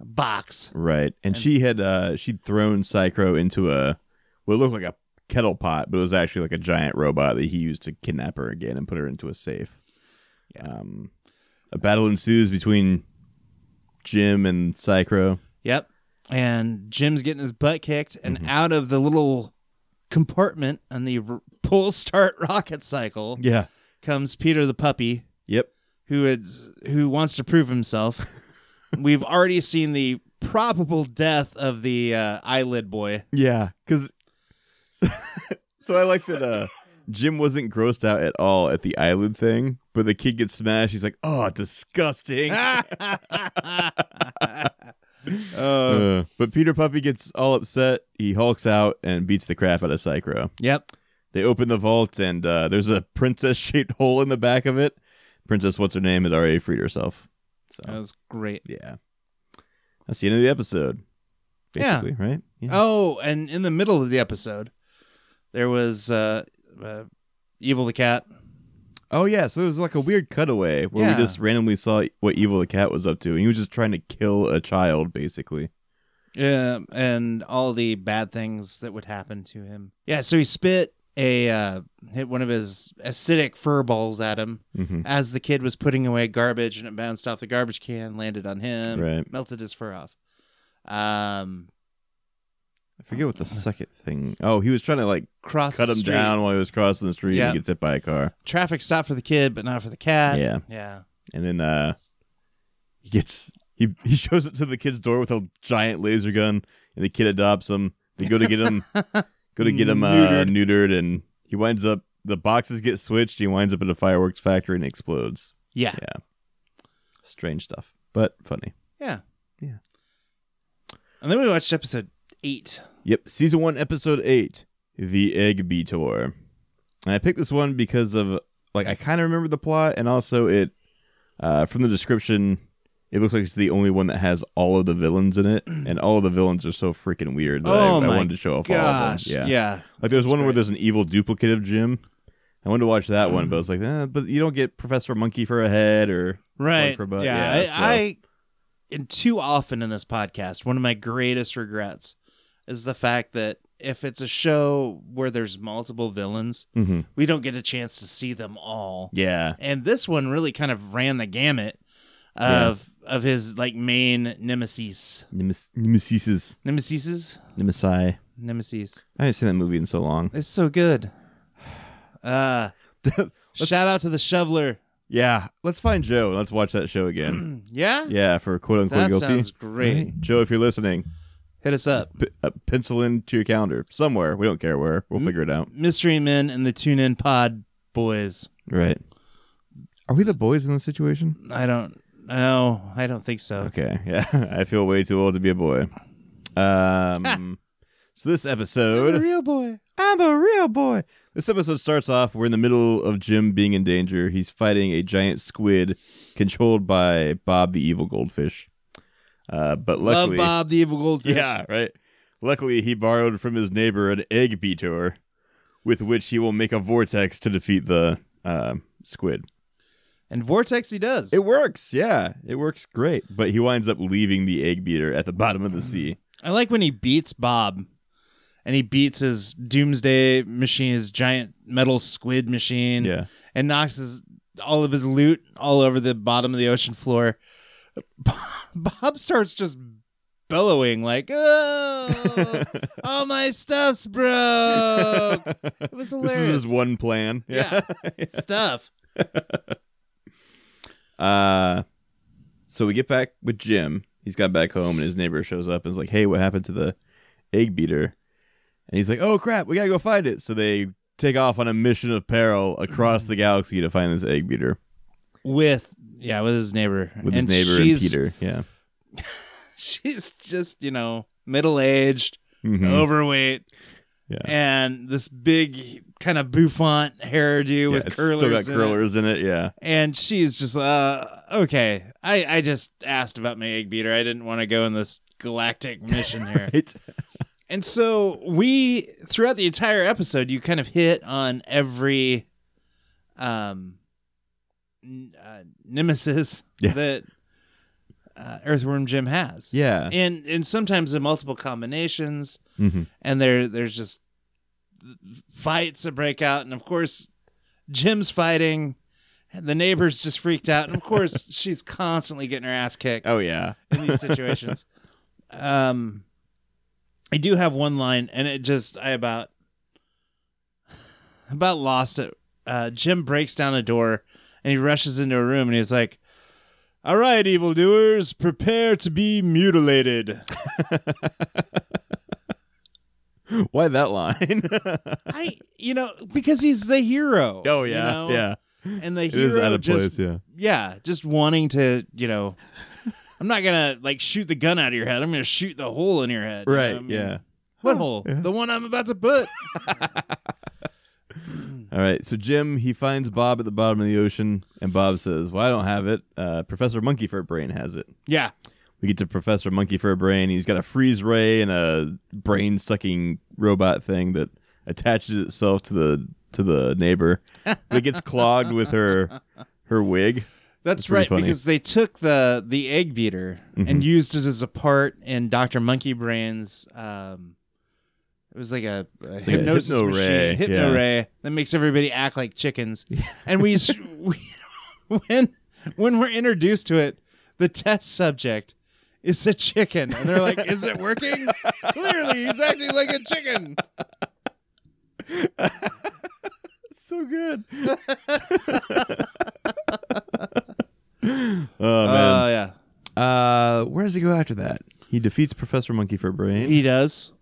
box.
Right. And, she had uh she'd thrown Psychro into a what looked like a kettle pot, but it was actually like a giant robot that he used to kidnap her again and put her into a safe. Um, a battle ensues between Jim and Psychro.
Yep. And Jim's getting his butt kicked, and
Mm-hmm.
out of the little compartment on the r- pull start rocket cycle
Yeah.
comes Peter the puppy,
Yep.
who is who wants to prove himself. We've already seen the probable death of the uh, eyelid boy.
Yeah, because so, I like that uh, Jim wasn't grossed out at all at the eyelid thing, but the kid gets smashed. He's like, "Oh, disgusting!"
Oh,
Uh, but Peter Puppy gets all upset. He hulks out and beats the crap out of Psychro.
Yep.
They open the vault, and uh, there's a princess-shaped hole in the back of it. Princess, what's her name, had already freed herself. So
That was great.
yeah, that's the end of the episode.
Yeah.
Basically, right? Yeah.
Oh, and in the middle of the episode, there was uh, uh, Evil the cat.
Oh yeah, so there was like a weird cutaway where
Yeah.
we just randomly saw what Evil the Cat was up to, and he was just trying to kill a child, basically.
Yeah, uh, and all the bad things that would happen to him. Yeah, so he spit a uh, hit one of his acidic fur balls at him
Mhm.
as the kid was putting away garbage, and it bounced off the garbage can, landed on him,
Right.
melted his fur off. Um,
I forget what the second thing. Oh, he was trying to like
cross
cut
the
him
street.
down while he was crossing the street.
Yeah.
and He gets hit by a car,
Traffic stopped for the kid, but not for the cat.
Yeah.
yeah.
and then uh, he gets he he shows it to the kid's door with a giant laser gun, and the kid adopts him. They go to get him, go to get him uh,
Neutered.
neutered. and he winds up. The boxes get switched. He winds up at a fireworks factory and explodes.
yeah,
Yeah. Strange stuff, but funny.
yeah,
Yeah.
And then we watched episode eight.
Yep, season one, episode eight, the Egg Beator. And I picked this one because of like I kind of remember the plot, and also it uh, from the description, It looks like it's the only one that has all of the villains in it, and all of the villains are so freaking weird that
oh
I, I
my
wanted to show off all of
gosh.
them. Yeah,
yeah.
Like there's one where there's an evil duplicate of Jim. I wanted to watch that one, but I was like, eh, but you don't get Professor Monkey for a head or Slug
right
for a butt.
yeah,
so-
I, I and too often in this podcast one of my greatest regrets is the fact that if it's a show where there's multiple villains
Mhm.
we don't get a chance to see them all
yeah,
and this one really kind of ran the gamut of of his like main nemesis
Nemes- Nemesis,
nemesis
Nemesi.
nemesis
I haven't seen that movie in so long.
it's so good uh shout out to the shoveler
Yeah, let's find Joe. Let's watch that show again.
yeah,
yeah, for quote unquote
that
guilty.
sounds great
Joe, if you're listening,
hit us up
p- uh, pencil into your calendar somewhere. We don't care where.
Mm-hmm.
We'll figure it out.
mystery men and the tune in pod boys
Right. Are we the boys in this situation?
I don't know. I don't think so.
Okay. Yeah. I feel way too old to be a boy. Um. so this episode.
Real boy.
I'm a real boy. This episode starts off. We're in the middle of Jim being in danger. He's fighting a giant squid controlled by Bob the evil goldfish. Uh, but luckily,
Love Bob the evil goldfish.
yeah, right. Luckily, he borrowed from his neighbor an egg beater, with which he will make a vortex to defeat the uh, squid.
And Vortex he does.
It works. Yeah, it works great. But he winds up leaving the egg beater at the bottom of the sea.
I like when he beats Bob and he beats his doomsday machine, his giant metal squid machine.
Yeah.
And knocks his all of his loot all over the bottom of the ocean floor. Bob starts just bellowing like, "Oh, all my stuff's broke." It was
This
Oh, hilarious.
is his one plan.
yeah. stuff.
Uh, so we get back with Jim. He's got back home, and his neighbor shows up and is like, "Hey, what happened to the egg beater?" And he's like, "Oh crap, we gotta go find it." So they take off on a mission of peril across the galaxy to find this egg beater
with yeah with his neighbor
with his
And
neighbor and
she's-
Peter. Yeah,
she's just you know middle aged
Mhm.
overweight
Yeah.
and this big kind of bouffant hairdo
yeah
with
it's
curlers
still got
in it.
curlers in it. Yeah,
and she's just uh okay i i just asked about my egg beater i didn't want to go in this galactic mission here
it's
and so we throughout the entire episode you kind of hit on every um n- uh, nemesis
Yeah.
that uh, Earthworm Jim has.
yeah,
And and sometimes in multiple combinations
Mhm.
and there there's just fights that break out and of course Jim's fighting and the neighbor's just freaked out and of course she's constantly getting her ass kicked
oh yeah,
in these situations. um, I do have one line, and it just I about about lost it. Uh, Jim breaks down a door, and he rushes into a room, and he's like, "All right, evildoers, prepare to be mutilated."
why that line?
I, you know, because he's the hero.
oh
you
yeah,
know?
yeah,
and the
it
hero
is out of
just
place. Yeah,
yeah, just wanting to, you know. I'm not gonna like shoot the gun out of your head. I'm gonna shoot the hole in your head. you know
right,
what I mean?
yeah.
What hole? The one I'm about to put.
All right, so Jim he finds Bob at the bottom of the ocean, and Bob says, "Well, I don't have it. Uh, Professor Monkey Fur Brain has it."
yeah.
We get to Professor Monkey Fur Brain. He's got a freeze ray and a brain sucking robot thing that attaches itself to the to the neighbor. It gets clogged with her her wig.
That's
pretty
right,
funny. Mm-hmm.
because they took the the egg beater and used it as a part in Doctor Monkey Brain's. Um, it was like a, a
like a
hypnosis
hypno
machine,
ray,
hypno
yeah.
ray that makes everybody act like chickens. and we, s- we when when we're introduced to it, the test subject is a chicken, and they're like, "Is it working?" Clearly, he's acting like a chicken.
So good. oh man.
Oh yeah,
Uh, where does he go after that? He defeats Professor Monkey Fur Brain.
he does.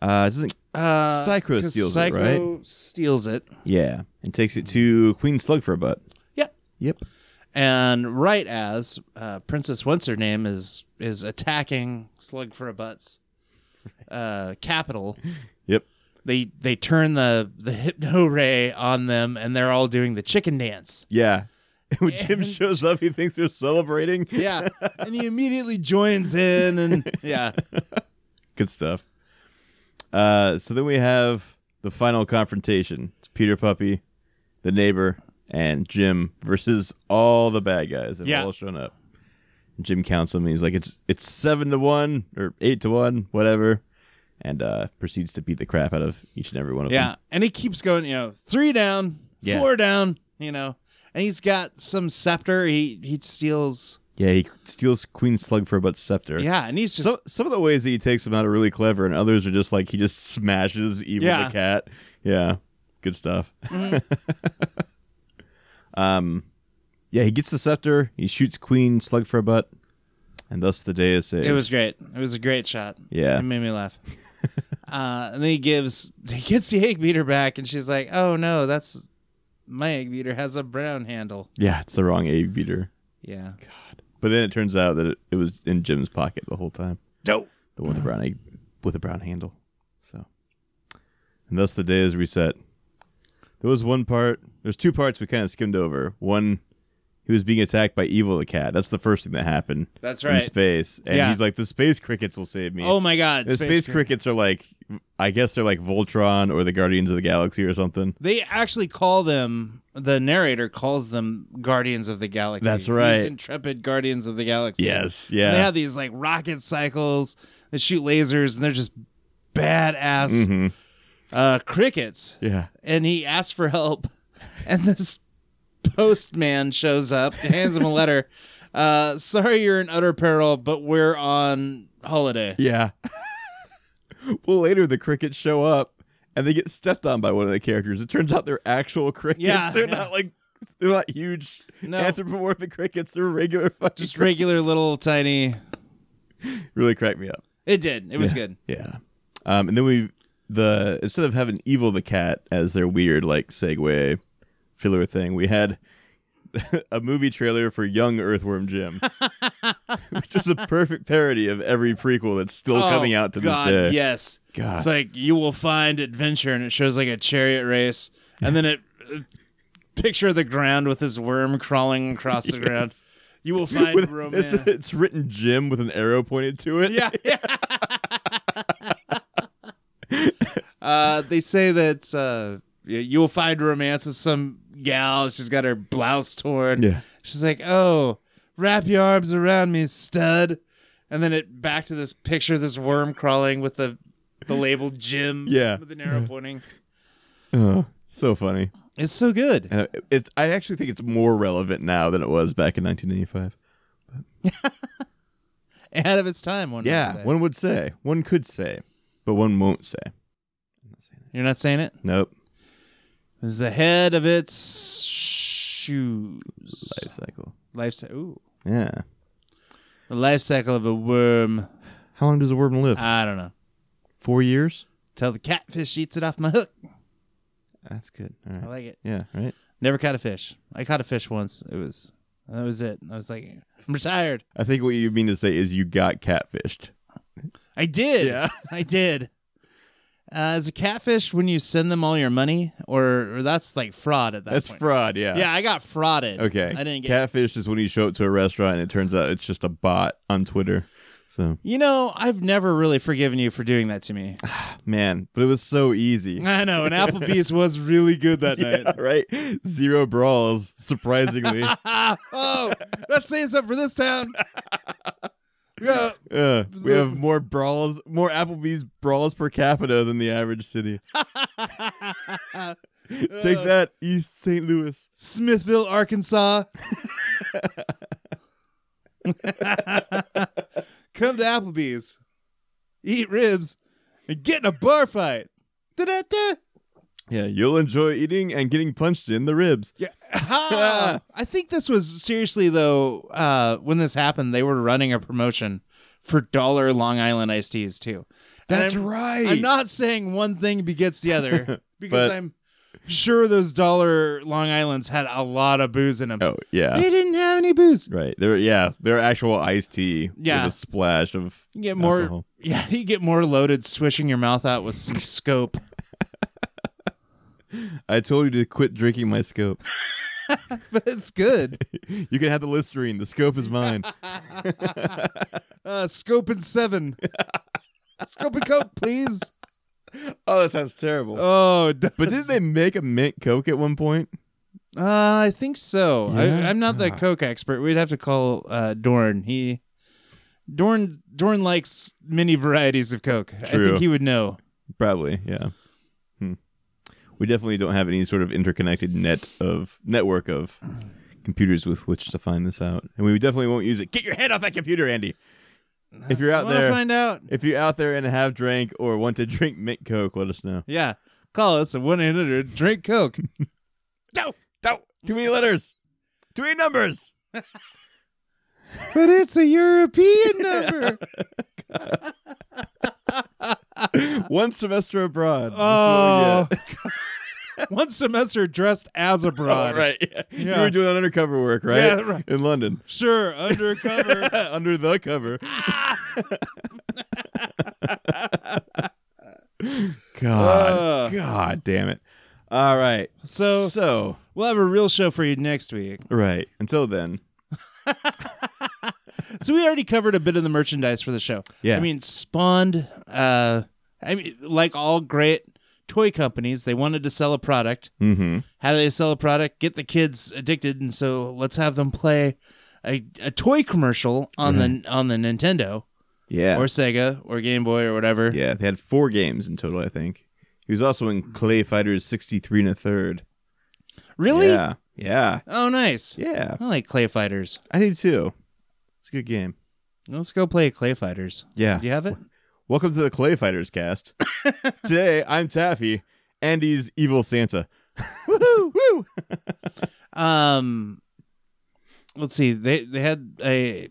Uh, doesn't
Uh,
Psychro
'cause
steals it,
Psychro
right?
Steals it.
Yeah, and takes it to Queen Slug for a butt.
Yep.
Yep.
and right as uh, Princess what's her name is is attacking Slug for a Butts uh, capital,
Yep.
they they turn the the hypno ray on them, and they're all doing the chicken dance.
Yeah. when Jim shows up, he thinks they're celebrating.
Yeah, and he immediately joins in, and yeah,
Good stuff. Uh, so then we have the final confrontation. It's Peter Puppy, the neighbor, and Jim versus all the bad guys. They've
Yeah.
all shown up. Jim counts them. And he's like, it's it's seven to one or eight to one, whatever, and uh, proceeds to beat the crap out of each and every one of
yeah,
them.
and he keeps going. You know, three down,
Yeah.
four down. You know, and he's got some scepter. He he steals.
Yeah, he steals Queen Slugfurbutt's scepter.
Yeah, and he's just
So, some of the ways that he takes them out are really clever, and others are just like he just smashes Evil
Yeah. Mm-hmm.
the cat. Yeah, good stuff. um, yeah, he gets the scepter. He shoots Queen Slug for a butt, and thus the day is saved.
It was great. It was a great shot.
Yeah.
It made me laugh. uh, and then he gives he gets the egg beater back and she's like, Oh no, that's my egg beater has a brown handle.
yeah, it's the wrong A beater.
Yeah.
But then it turns out that it, it was in Jim's pocket the whole time.
Dope.
The one with the brown egg with a brown handle. So And thus the day is reset. There was one part there's two parts we kinda skimmed over. One he was being attacked by evil the cat. That's the first thing that happened.
That's
In
right.
space. And
Yeah.
he's like, The space crickets will save me.
Oh my god.
the space,
cri-
crickets are like I guess they're like Voltron or the Guardians of the Galaxy or something.
They actually call them the narrator calls them Guardians of the Galaxy.
That's right.
These intrepid Guardians of the Galaxy.
Yes,
And
yeah.
they have these like rocket cycles that shoot lasers and they're just badass
Mm-hmm.
uh crickets.
Yeah.
and he asks for help and this postman shows up hands him a letter uh sorry you're in utter peril but we're on holiday
Yeah. well, later the crickets show up and they get stepped on by one of the characters. It turns out they're actual crickets.
Yeah,
they're
yeah.
not like they're not huge
No.
anthropomorphic crickets. They're regular. Fucking
just regular little tiny
crickets. really cracked me up.
it did it was good
Yeah. Um, and then we the instead of having evil the cat as their weird like segue filler thing, we had a movie trailer for Young Earthworm Jim, which is a perfect parody of every prequel that's still coming
Oh,
out to
God,
this day.
yes
God.
it's like you will find adventure and it shows like a chariot race and then it uh, picture of the ground with this worm crawling across the ground
Yes.
you will find
With-
romance
it's, it's written Jim with an arrow pointed to it.
yeah. uh, they say that uh, y- you'll find romance with some gal. She's got her blouse torn.
Yeah.
She's like, "Oh, wrap your arms around me, stud," and then it back to this picture, of this worm crawling with the the label Jim.
Yeah.
With an arrow pointing.
Oh, so funny.
It's so good.
And it's I actually think it's more relevant now than it was back in 1995.
Ahead of its time. One. would
Yeah,
say.
one would say, one could say, but one won't say.
You're not saying it.
Nope.
It was the head of its shoes.
Life cycle.
Life cycle. Ooh.
Yeah.
The life cycle of a worm.
How long does a worm live?
I don't know.
Four years.
Till the catfish eats it off my hook.
That's good. All right.
I like it.
yeah. Right.
Never caught a fish. I caught a fish once. It was that was it. I was like, I'm retired.
I think what you mean to say is you got catfished.
I did.
Yeah.
I did. Uh, as a catfish, when you send them all your money, or, or that's like fraud at that
That's
point.
fraud. Yeah.
Yeah, I got frauded.
Okay.
I didn't get.
catfish is when you show up to a restaurant and it turns out it's just a bot on Twitter. So
you know, I've never really forgiven you for doing that to me.
man, but it was so easy.
I know, and Applebee's was really good that night.
Yeah, right? Zero brawls, surprisingly.
Oh, let's save some for this town. yeah,
Uh, we have more brawls, more Applebee's brawls per capita than the average city.
Uh.
Take that, East St. Louis.
Smithville, Arkansas. Come to Applebee's, eat ribs, and get in a bar fight. Da-da-da.
Yeah, you'll enjoy eating and getting punched in the ribs.
Yeah. Ah. I think this was seriously though. Uh, when this happened, they were running a promotion for dollar Long Island iced teas too. And I'm-
right.
I'm not saying one thing begets the other because
But-
I'm sure those dollar Long Islands had a lot of booze in them.
oh yeah,
They didn't have any booze.
right. They're yeah, they're actual iced tea
Yeah.
with a splash of
You get more,
alcohol.
yeah. You get more loaded, swishing your mouth out with some scope.
I told you to quit drinking my scope.
but it's good.
You can have the Listerine. The scope is mine.
Uh, scope and seven. scope and coke, please.
oh, that sounds terrible.
Oh, d-
but didn't they make a mint Coke at one point?
uh, I think
So I,
Yeah? uh.
I'm not the Coke expert. We'd have to call uh, Dorn. He Dorn Dorn likes many varieties of Coke. I
True.
think he would know.
Probably, yeah. Hmm. We definitely don't have any sort of interconnected net of network of computers with which to find this out, and we definitely won't use it. Get your head off that computer, Andy. If you're out
Want to
there,
find out?
if you're out there and have drank or want to drink mint Coke, let us know.
Yeah, call us at one eight hundred drink Coke.
No, no, too many letters, too many numbers.
but it's a European number.
One semester abroad.
Oh,
That's what we get.
one semester dressed as abroad.
Oh, right. Yeah. You
Yeah.
were doing undercover work, right?
Yeah, right.
In London,
Sure, undercover.
under the cover.
Uh,
God. God damn it. All right.
So-
so
We'll have a real show for you next week.
right. Until then.
So we already covered a bit of the merchandise for the show.
Yeah.
I mean, spawned. Uh, I mean, like all great toy companies, they wanted to sell a product.
Mm-hmm.
How do they sell a product? Get the kids addicted, and so let's have them play a, a toy commercial on the on the
Mm-hmm.
Nintendo
Yeah.
or Sega or Game Boy or whatever.
yeah. They had four games in total, I think. He was also in Clay Fighters 63 and a third.
Really?
Yeah. Yeah.
Oh, nice.
Yeah.
I like Clay Fighters.
I do too. It's a good game.
Let's go play Clay Fighters.
Yeah.
Do you have it?
Welcome to the Clay Fighters cast. Today, I'm Taffy, Andy's evil Santa. Woohoo! Woo!
Um, let's see. They they had a,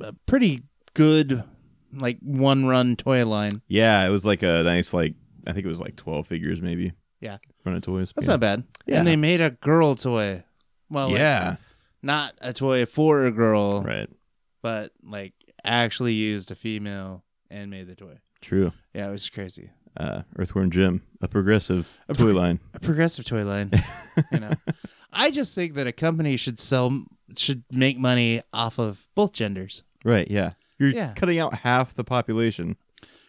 a pretty good like one run toy line.
Yeah, it was like a nice, like, I think it was like 12 figures maybe.
Yeah.
Run of toys.
That's
yeah.
not bad.
Yeah.
And they made a girl toy. Well, like,
Yeah.
not a toy for a girl,
Right.
but like actually used a female and made the toy.
True.
Yeah, it was crazy.
uh, Earthworm Jim, a progressive
A
toy
pro-
line.
A progressive toy line. you know, I just think that a company should sell should make money off of both genders.
Right, yeah. You're
Yeah.
cutting out half the population.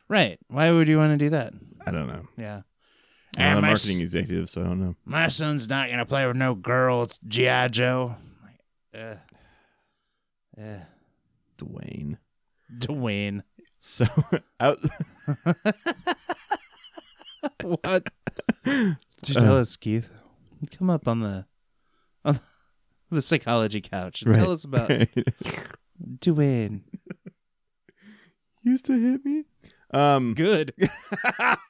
Right? Why would you want to do that?
I don't know.
Yeah.
I'm a
And my s-
marketing executive, so I don't know.
my son's not gonna play with no girl. It's GI Joe. Like, uh, uh,
Dwayne.
Dwayne.
So out
What? Did you tell us, Keith? Come up on the on the psychology couch and
Right.
tell us about Dwayne.
used to hit me. Um
Good.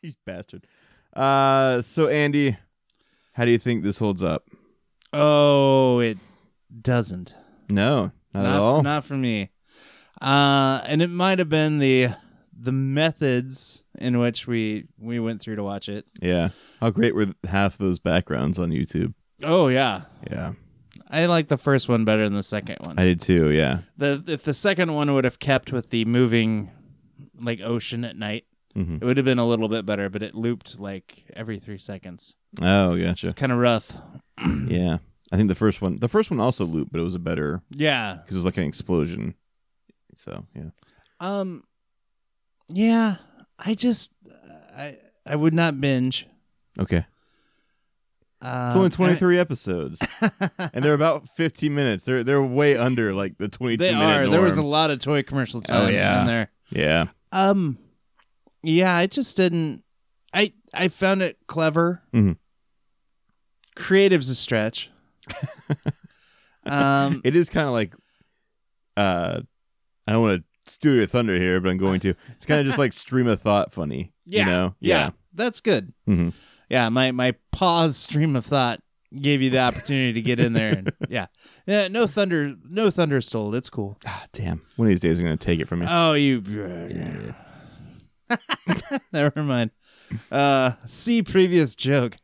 you bastard. Uh so Andy, how do you think this holds up?
Oh, it doesn't.
No, not,
not,
at all.
Not for me. Uh, and it might have been the the methods in which we we went through to watch it.
yeah. How great were half those backgrounds on YouTube?
Oh yeah,
Yeah.
I like the first one better than the second one.
I did too, yeah.
the if the second one would have kept with the moving like ocean at night
Mhm.
it would have been a little bit better but it looped like every three seconds
Oh, gotcha.
it's kind of rough
Yeah. I think the first one the first one also looped, but it was a better
yeah
because it was like an explosion. So yeah,
um yeah i just uh, i i would not binge
okay.
uh,
It's only twenty three episodes, and they're about fifteen minutes. They're they're way under like the twenty two
they
minute
are there was a
norm. Oh,
lot of toy commercial time
yeah.
in there
yeah,
um yeah i just didn't i i found it clever
Mhm.
creative's a stretch um
it is kind of like, uh, I don't want to steal your thunder here, but I'm going to. It's kind of just like stream of thought funny.
Yeah.
you know?
yeah. That's good.
Mhm.
Yeah, my my pause stream of thought gave you the opportunity to get in there and yeah. Yeah, no thunder no thunder stole. It's cool.
Ah, damn. One of these days, I'm going to take it from you.
Oh, you Never mind. Uh see previous joke.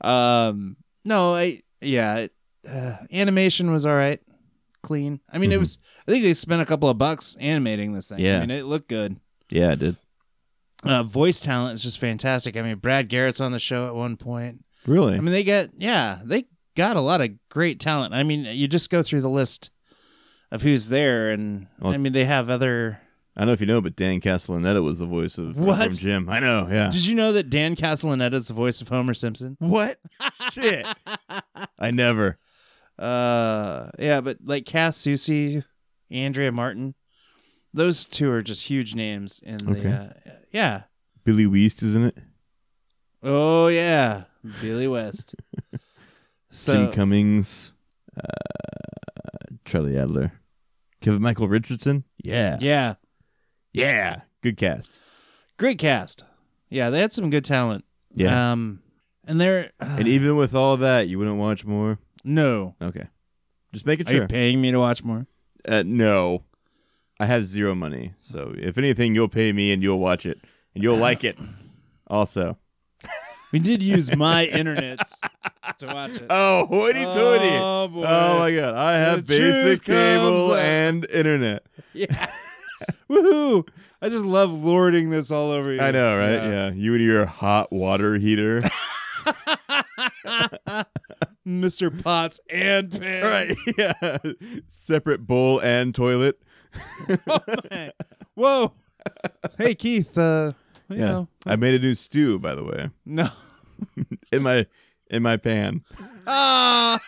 um no, I yeah, it, uh, animation was all right. Clean. I mean, it was I think they spent a couple of bucks animating this thing.
Mm-hmm. Yeah.
I mean, it looked good.
yeah, I did.
uh, voice talent is just fantastic. I mean, Brad Garrett's on the show at one point.
Really?
I mean, they get yeah, they got a lot of great talent. I mean, you just go through the list of who's there, and I
Well-
mean, they have other.
I don't know if you know, but Dan Castellaneta was the voice of
What?
Earthworm Jim. I know, yeah.
Did you know that Dan Castellaneta is the voice of Homer Simpson?
What? Shit. I never.
Uh, yeah, but like Kath Soucy, Andrea Martin, those two are just huge names in the.
Okay.
Uh, yeah.
Billy Weast, isn't it?
Oh yeah, Billy West. so
Gene Cummings, uh, Charlie Adler, Kevin Michael Richardson. Yeah.
yeah,
Yeah. Good cast.
great cast. Yeah, they had some good talent.
Yeah.
Um, and they're uh,
and even with all that, you wouldn't watch more?
no.
Okay. Just making
Are
sure.
you paying me to watch more?
uh, no. I have zero money. So if anything, you'll pay me and you'll watch it and you'll like it also.
We did use my internet to watch it.
Oh, hoity toity.
Oh, boy.
Oh my god, I have
The truth
basic cable
comes out.
and internet.
Yeah.
Woohoo! I just love lording this all over you.
I know, right? Yeah. you and your hot water heater.
Mr. Pots and Pans.
right? Yeah, separate bowl and toilet.
Whoa. Hey Keith, uh you
Yeah,
know.
I made a new stew, by the way,
No.
in my in my pan.
Ah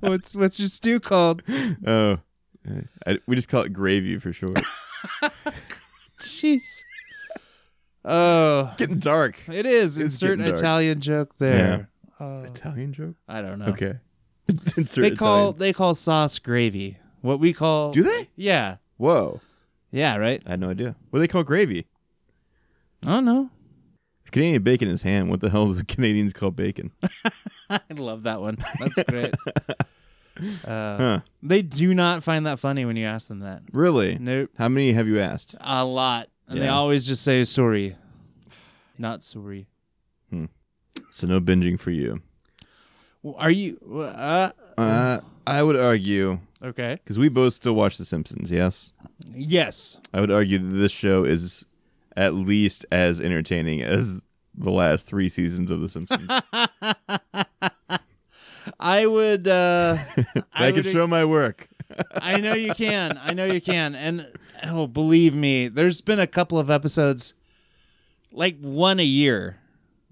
What's what's your stew called?
Oh, I, we just call it gravy for short.
Jeez. Oh.
Getting dark.
It is.
It's
Insert
getting dark.
Italian joke there. Oh,
Italian joke.
I don't know.
Okay. Insert
Oh. They call
Italian.
they call sauce gravy. What we call
Do they?
Yeah.
Whoa,
Yeah. Right.
I had no idea. What do they call gravy?
I don't know.
If Canadian bacon is ham, what the hell does the Canadians call bacon?
I love that one. That's great. uh,
Huh?
They do not find that funny when you ask them that.
Really?
Nope.
How many have you asked?
A lot. And they
Yeah.
always just say sorry. Not sorry.
So no binging for you.
W- Are you uh
Uh, I would argue
okay.
because we both still watch The Simpsons. Yes,
Yes.
I would argue that this show is at least as entertaining as the last three seasons of The Simpsons.
I would uh
I, can
would-
show my work.
I know you can. I know you can. And oh, believe me, there's been a couple of episodes, like one a year,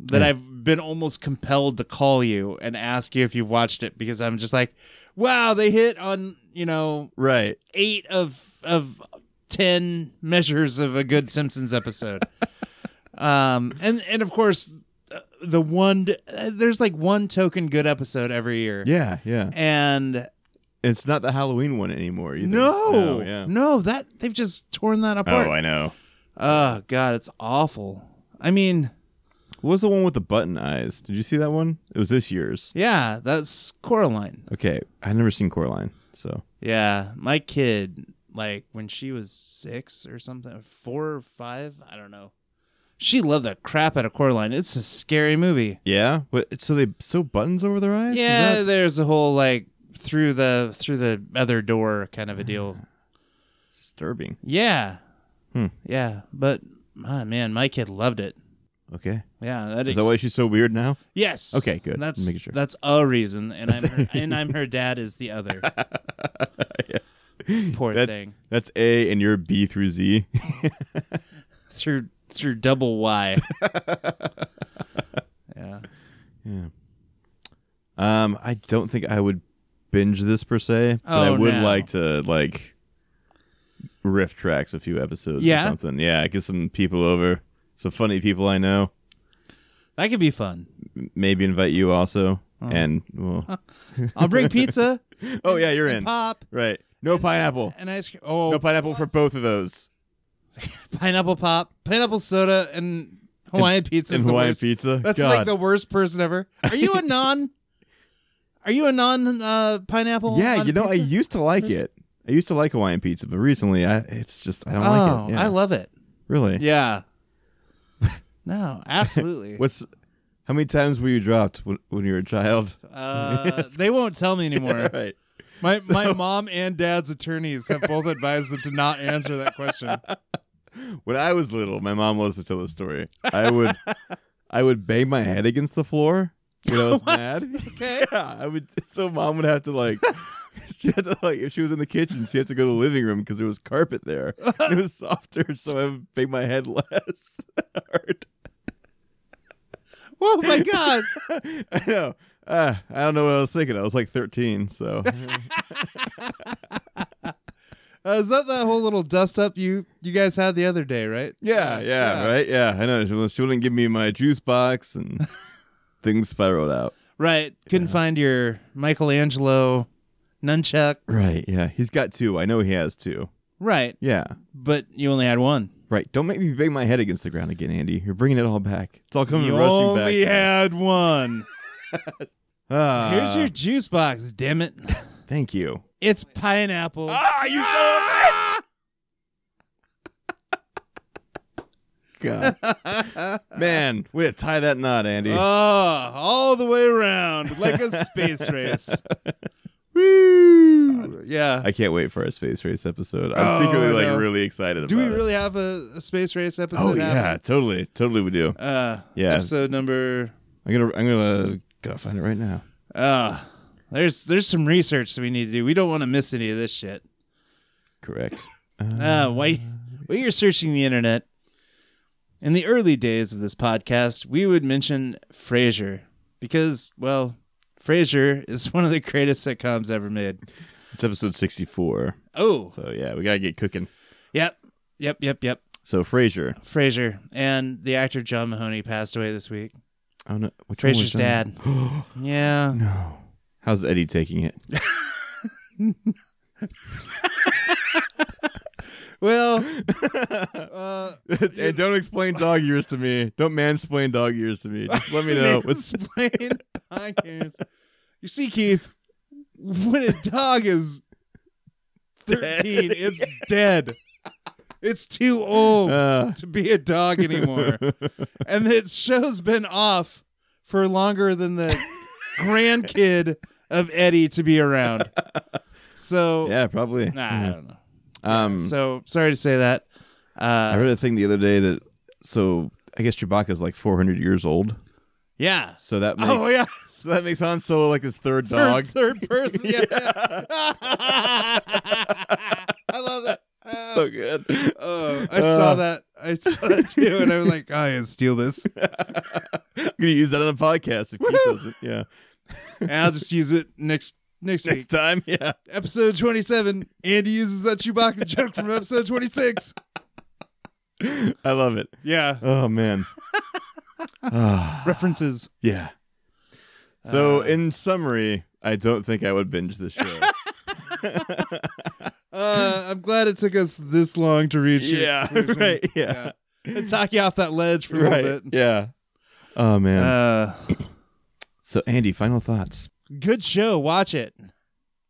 Hmm.
that I've been almost compelled to call you and ask you if you've watched it because I'm just like, wow, they hit on you know
Right.
eight of of ten measures of a good Simpsons episode. um, and and of course, uh, the one uh, there's like one token good episode every year.
Yeah. Yeah.
And
It's not the Halloween one anymore either.
no,
No, yeah. Oh,
no, that they've just torn that apart.
know.
oh God, it's awful. I mean,
What was the one with the button eyes? Did you see that one? It was this year's.
yeah, that's Coraline.
Okay, I've never seen Coraline, so
Yeah, my kid, like when she was six or something, four or five, I don't know. She loved the crap out of Coraline. It's a scary movie.
yeah. What, so they sew buttons over their eyes? Is
yeah,
that-
there's a whole like through the through the other door kind of a deal.
it's disturbing.
Yeah,
Hmm.
yeah, but ah, man, my kid loved it.
Okay,
Yeah, that
is that why
ex-
she's so weird now?
Yes.
Okay, good.
That's
Making sure.
that's a reason, and I'm her, and I'm her dad is the other. Poor
That-
thing.
That's A, and you're B through Z.
Through through double Y. yeah.
Um, I don't think I would binge this per se, but I
Oh,
would
no.
like to like riff tracks a few episodes
Yeah?
or something. Yeah, get some people over, some funny people I know.
That could be fun.
M- Maybe invite you also,
Oh.
and well,
I'll bring pizza,
oh yeah, you're in.
pop,
Right? No pineapple.
and ice cream. Oh,
No pineapple for both of those.
pineapple pop, pineapple soda, and Hawaiian pizza.
And
is the
Hawaiian
worst.
pizza.
That's
God.
like the worst person ever. Are you a non? Are you a non uh, pineapple?
Yeah,
on
you know, I
pizza?
used to like
There's-
it. I used to like Hawaiian pizza, but recently, I it's just I don't
Oh,
like it. Yeah,
I love it.
really.
Yeah. No, absolutely.
What's how many times were you dropped when, when you were a child?
Uh, they won't tell me anymore.
right.
My my mom and dad's attorneys have both advised them to not answer that question.
When I was little, my mom loves to tell the story. I would I would bang my head against the floor when I was mad.
Okay.
Yeah, I would. So mom would have to like. She had to like if she was in the kitchen, she had to go to the living room because there was carpet there. it was softer, so I would bang my head less hard.
Oh my god.
I know. Uh, I don't know what I was thinking. I was like 13, so
Uh, is that that whole little dust up you you guys had the other day, right?
yeah, yeah, right, yeah. I know she, she wouldn't give me my juice box, and things spiraled out.
Right.
Couldn't find your Michelangelo
Nunchuck.
Right, yeah. He's got two. I know he has two.
Right.
Yeah,
But you only had one.
right. Don't make me bang my head against the ground again, Andy. You're bringing it all back. It's all coming
You
rushing
only
back.
had one.
Ah,
Here's your juice box, damn it.
Thank you.
It's pineapple.
Ah, you son of a bitch! God. Man, way to tie that knot, Andy.
Oh, all the way around, like a space race.
Woo! Yeah.
I can't wait for our space race episode. I'm
Oh,
secretly
I
like
know.
really excited
Do we
about it.
really have a, a space race episode?
Oh yeah,
happening?
totally, totally we do.
Uh,
Yeah.
Episode number.
I'm gonna, I'm gonna, gotta find it right now.
Uh, there's there's some research that we need to do. We don't want to miss any of this shit.
Correct.
Uh, while, while you're searching the internet, in the early days of this podcast, we would mention Frasier because, well, Frasier is one of the greatest sitcoms ever made.
It's episode 64.
Oh,
So yeah, we gotta get cooking.
yep, yep, yep, yep.
So Frasier.
Frasier and the actor John Mahoney passed away this week.
Oh no, which one was
Frasier's
that?
dad. yeah.
No. How's Eddie taking it?
Well,
hey, don't explain dog years to me. Don't mansplain dog years to me. Just let me know. What's
explain podcast. You see, Keith, when a dog is 13, it's dead. It's too old
uh,
to be a dog anymore. and the show's been off for longer than the grandkid of Eddie to be around. So,
yeah, probably. Mm-hmm.
Nah, I don't know.
Um,
So uh, sorry to say that.
Uh,
I read a thing the other day that so I guess Chewbacca's like 400 years old.
Yeah.
So that makes
oh, yeah.
so that makes Han Solo like his third dog.
Third, third person. Yeah. I love that.
so uh, good.
Oh, I saw that. I saw that too, and I was like, I gotta steal this,
I'm gonna use that on a podcast if Keith doesn't. Yeah.
and I'll just use it next next week.
Next time, yeah.
Episode twenty-seven. Andy uses that Chewbacca joke from episode twenty-six.
I love it.
Yeah,
Oh man. Ah,
references.
Yeah. So in summary, I don't think I would binge this show.
Uh, I'm glad it took us this long to reach. your
yeah.
conclusion.
Right. Yeah.
It talk you off that ledge for a little
Right.
bit.
Yeah. Oh man.
Uh,
so Andy, final thoughts.
good show. Watch it.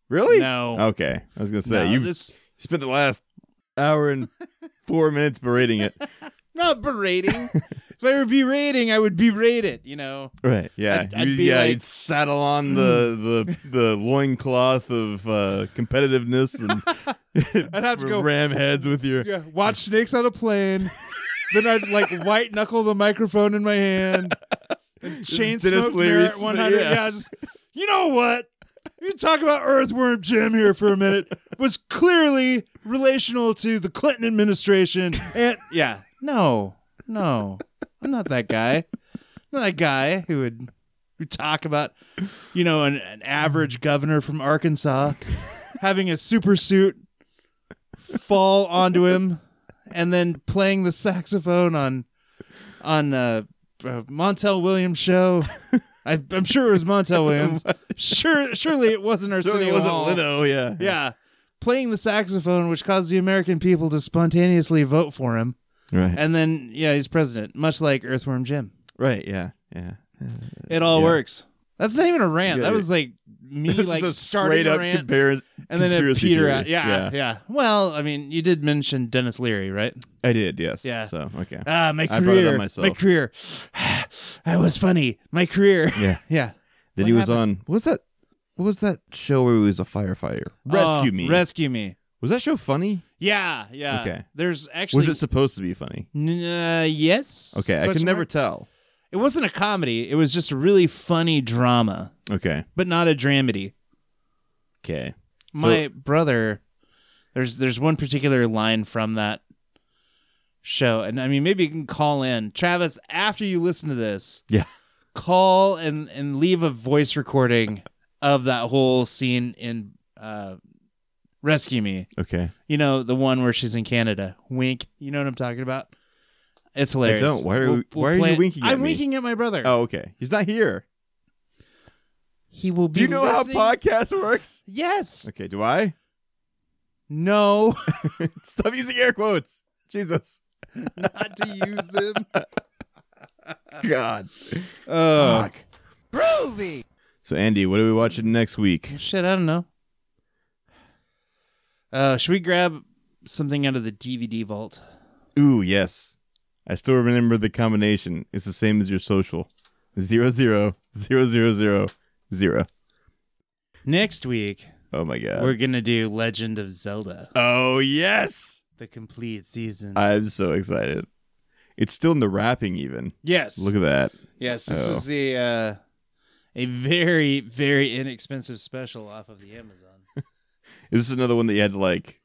Really?
No.
Okay. I was gonna say
No,
you
this
spent the last hour and four minutes berating it.
not berating. if I were berating, I would berate it. You know.
Right. Yeah.
I'd- I'd
you,
be
yeah.
like-
you'd saddle on the the the loincloth of uh, competitiveness and
I'd have to go.
ram heads with your.
Yeah, watch snakes on a plane. then I'd like white knuckle the microphone in my hand. And chain
Dennis
smoke
Leary
mirror at
sm-
100.
yeah.
Yeah. just you know what? You talk about Earthworm Jim here for a minute. Was clearly relational to the Clinton administration, and
Yeah. No. No. I'm not that guy. I'm not that guy who would who talk about, you know, an, an average governor from Arkansas
having a super suit fall onto him, and then playing the saxophone on on uh, uh, Montel Williams show. I, I'm sure it was Montel Williams. Sure, surely it wasn't Arsenio
Certainly wasn't
Hall.
Leno. Yeah.
Yeah, playing the saxophone, which caused the American people to spontaneously vote for him,
Right.
and then yeah, he's president, much like Earthworm Jim.
right. Yeah. Yeah.
It all
Yeah.
works. That's not even a rant.
Yeah,
that
yeah.
was like me
That's
like
just a
starting
straight
a
up
rant
compar-
and then it
conspiracy
peter
theory.
out. Yeah, yeah, Well, I mean, you did mention Dennis Leary, right?
I did. Yes.
Yeah.
So okay.
Ah, my
I brought it on
career.
myself.
My career. I was funny. My career.
Yeah.
yeah.
Then
What
he was on. What was that? What was that show where he was a firefighter? Rescue
Oh,
Me.
Rescue me.
was that show funny?
Yeah, yeah.
Okay.
There's actually
Was it supposed to be funny?
N- uh, yes.
Okay, I
Question
can never
mark?
tell.
it It wasn't a comedy. It was just a really funny drama,
Okay.
but not a dramedy.
Okay.
my brother there's there's one particular line from that show and i mean maybe you can call in travis after you listen to this
Yeah.
call and and leave a voice recording of that whole scene in uh rescue me
Okay.
you know the one where she's in canada wink you know what i'm talking about it's hilarious
don't. Why are we- why are
play
you
it.
winking at
i'm
me?
winking at my brother
Oh, okay. He's not here.
he will be
Do you know how
listening-
podcast works?
yes
Okay. Do I?
no
Stop using air quotes. Jesus.
not to use them
God.
Uh,
Fuck. So Andy, what are we watching next week?
Shit, I don't know. Uh, should we grab something out of the DVD vault?
Ooh, yes. I still remember the combination. It's the same as your social. Zero zero zero zero zero zero.
Next week,
Oh my god.
we're gonna do Legend of Zelda:
oh yes.
The Complete Season.
I'm so excited. It's still in the wrapping even.
yes,
Look at that.
yes, this
Oh.
is the uh, a very very inexpensive special off of the Amazon.
Is this another one that you had to like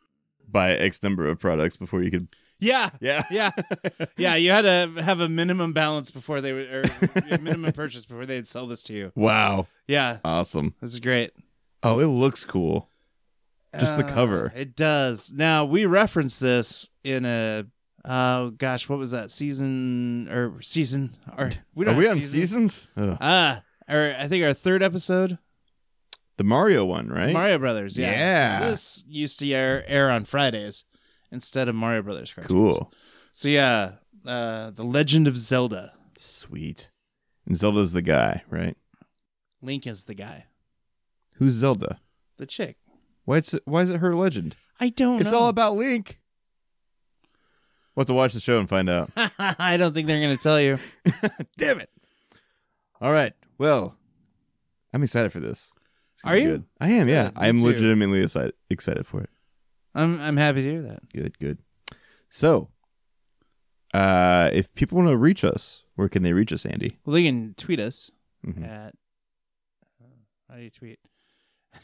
buy X number of products before you could
yeah,
Yeah.
yeah, yeah. You had to have a minimum balance before they would, or a minimum purchase before they'd sell this to you.
Wow.
Yeah,
Awesome.
this is great.
Oh, it looks cool. Just the
Uh,
cover.
It does. Now we reference this in a oh gosh, what was that season or season or we
Are
don't
we
have
on
seasons?
seasons? Ugh.
Ah, or I think our third episode,
The Mario one, right?
Mario Brothers. Yeah,
Yeah.
'Cause this used to air air on Fridays instead of Mario Brothers. Cartoons.
Cool.
So yeah, uh, the Legend of Zelda.
Sweet. And Zelda's the guy, right?
Link is the guy,
Who's Zelda?
the chick.
Why it's why is it her legend?
I don't.
it's
know.
all about Link. We'll have to watch the show and find out.
I don't think they're gonna tell you.
Damn it. All right. Well, I'm excited for this. It's gonna
Are
be
you?
Good. I am, yeah.
Good, me
I am
too.
legitimately excited, excited for it.
I'm I'm happy to hear that.
Good, good. So, uh, if people want to reach us, where can they reach us, Andy?
Well, they can tweet us
Mhm.
at. uh, How do you tweet?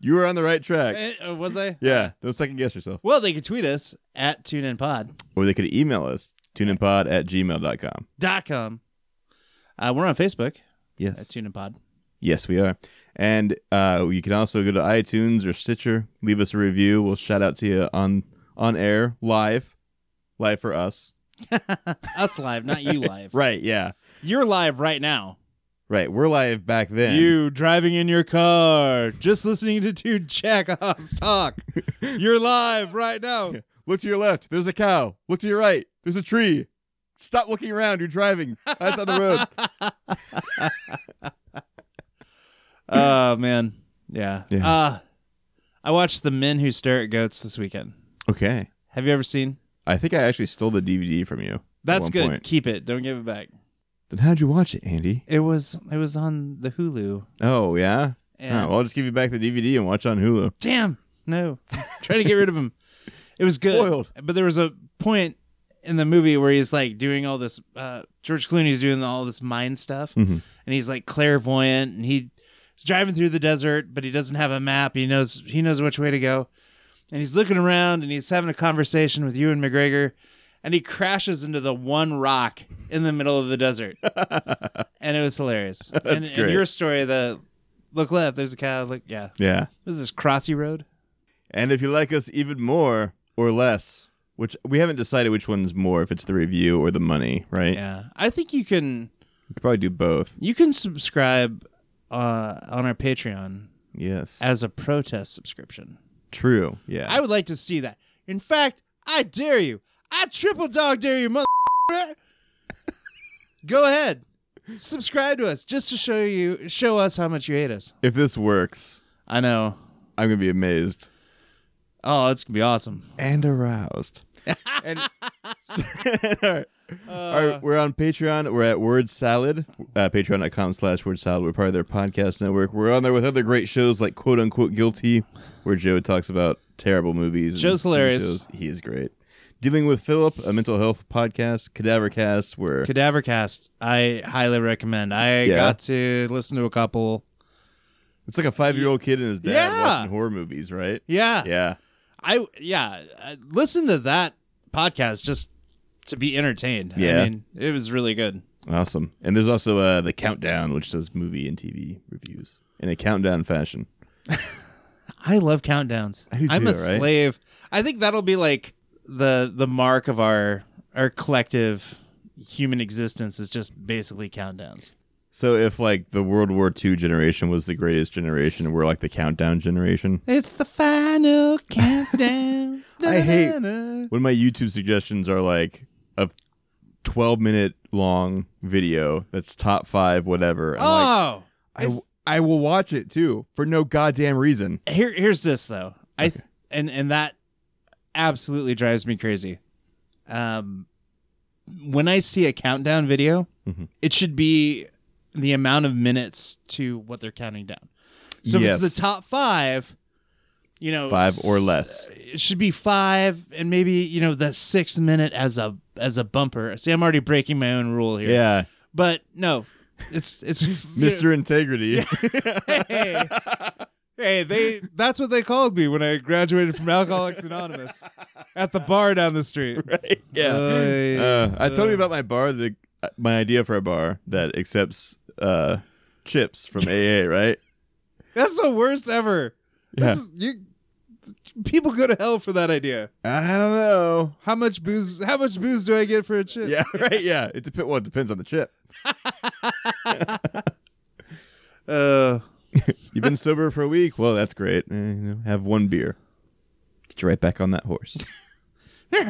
You were on the right track.
Eh, uh, was I?
Yeah, don't second guess yourself.
Well, they can tweet us at tuneinpod.com.
Or they could email us, tuneinpod at gmail.com.
Uh, we're on Facebook at
Yes.
tuneinpod.
Yes, we are. And uh, you can also go to iTunes or Stitcher, leave us a review. We'll shout out to you on on air, live, live for us.
us live, not you live.
Right, yeah.
You're live right now.
Right, we're live back then.
You driving in your car, just listening to two jackoffs talk. You're live right now.
Look to your left. There's a cow. Look to your right. There's a tree. Stop looking around. You're driving. That's on the road.
Oh man, yeah.
Yeah.
Uh, I watched The Men Who Stare at Goats this weekend.
Okay.
Have you ever seen?
I think I actually stole the DVD from you. at
That's
one
good.
point.
Keep it. Don't give it back.
Then how'd you watch it, Andy?
It was it was on the Hulu.
Oh, yeah?
And
Oh, well, I'll just give you back the DVD and watch on Hulu.
damn, no, try to get rid of him. It was good,
Foiled.
but there was a point in the movie where he's like doing all this. Uh, George Clooney's doing all this mind stuff, and he's like clairvoyant, and he- he's driving through the desert, but he doesn't have a map. He knows he knows which way to go, and he's looking around, and he's having a conversation with Ewan McGregor. And he crashes into the one rock in the middle of the desert, and it was hilarious. and, and
great.
your story, the look left, there's a cow. Look, yeah,
Yeah.
what is this Crossy Road?
And if you like us even more or less, which we haven't decided which one's more, if it's the review or the money, right?
Yeah, I think you can
You could probably do both.
you can subscribe uh, on our Patreon
Yes.
as a protest subscription.
True. Yeah.
I would like to see that. In fact, I dare you. I triple dog dare you, mother. Go ahead, subscribe to us just to show you show us how much you hate us.
if this works,
I know.
I'm going to be amazed.
Oh, it's gonna be awesome.
and aroused. and, all right. All
Uh.
right, we're on Patreon. We're at Word Salad, uh, patreon.com slash Word Salad. We're part of their podcast network. We're on there with other great shows like Quote Unquote Guilty, where Joe talks about terrible movies. and
Joe's
TV
hilarious.
shows. He is great. Dealing with Philip, a mental health podcast, Cadaver Cast, where
Cadavercast, I highly recommend. I
Yeah.
got to listen to a couple.
it's like a five year old kid and his dad
Yeah.
watching horror movies, right?
Yeah,
Yeah.
I yeah, I listened to that podcast just to be entertained.
Yeah.
I mean, it was really good.
Awesome. And there's also uh, the countdown, which does movie and TV reviews in a countdown fashion.
I love countdowns.
I do
am a
too, right?
slave. I think that'll be like the the mark of our our collective human existence is just basically countdowns.
So if like the World War II generation was the greatest generation, we're like the countdown generation.
It's the final countdown.
I hate-
Da-da-da.
When my YouTube suggestions are like a 12 minute long video that's top five, whatever. I'm like,
Oh,
I, I will watch it too for no goddamn reason.
here here's this though. I and and that absolutely drives me crazy. Um, when I see a countdown video,
Mm-hmm.
it should be the amount of minutes to what they're counting down. So if
Yes.
it's the top five, you know,
Five or
s-
less.
It should be five, and maybe you know the sixth minute as a as a bumper. See, I'm already breaking my own rule here.
Yeah.
but no, it's it's
Mr. Integrity.
Hey,
Hey, they that's what they called me when I graduated from Alcoholics Anonymous at the bar down the street. Oy.
Uh, I told you about my bar, the, uh, my idea for a bar that accepts uh, chips from AA, right?
that's the worst ever. This is- you people go to hell for that idea.
I don't know.
How much booze how much booze do I get for a chip?
Yeah, right. Yeah, it depends. Well, it depends on the chip.
Uh,
You've been sober for a week. Well, that's great. Eh, you know, have one beer. Get you right back on that horse.
give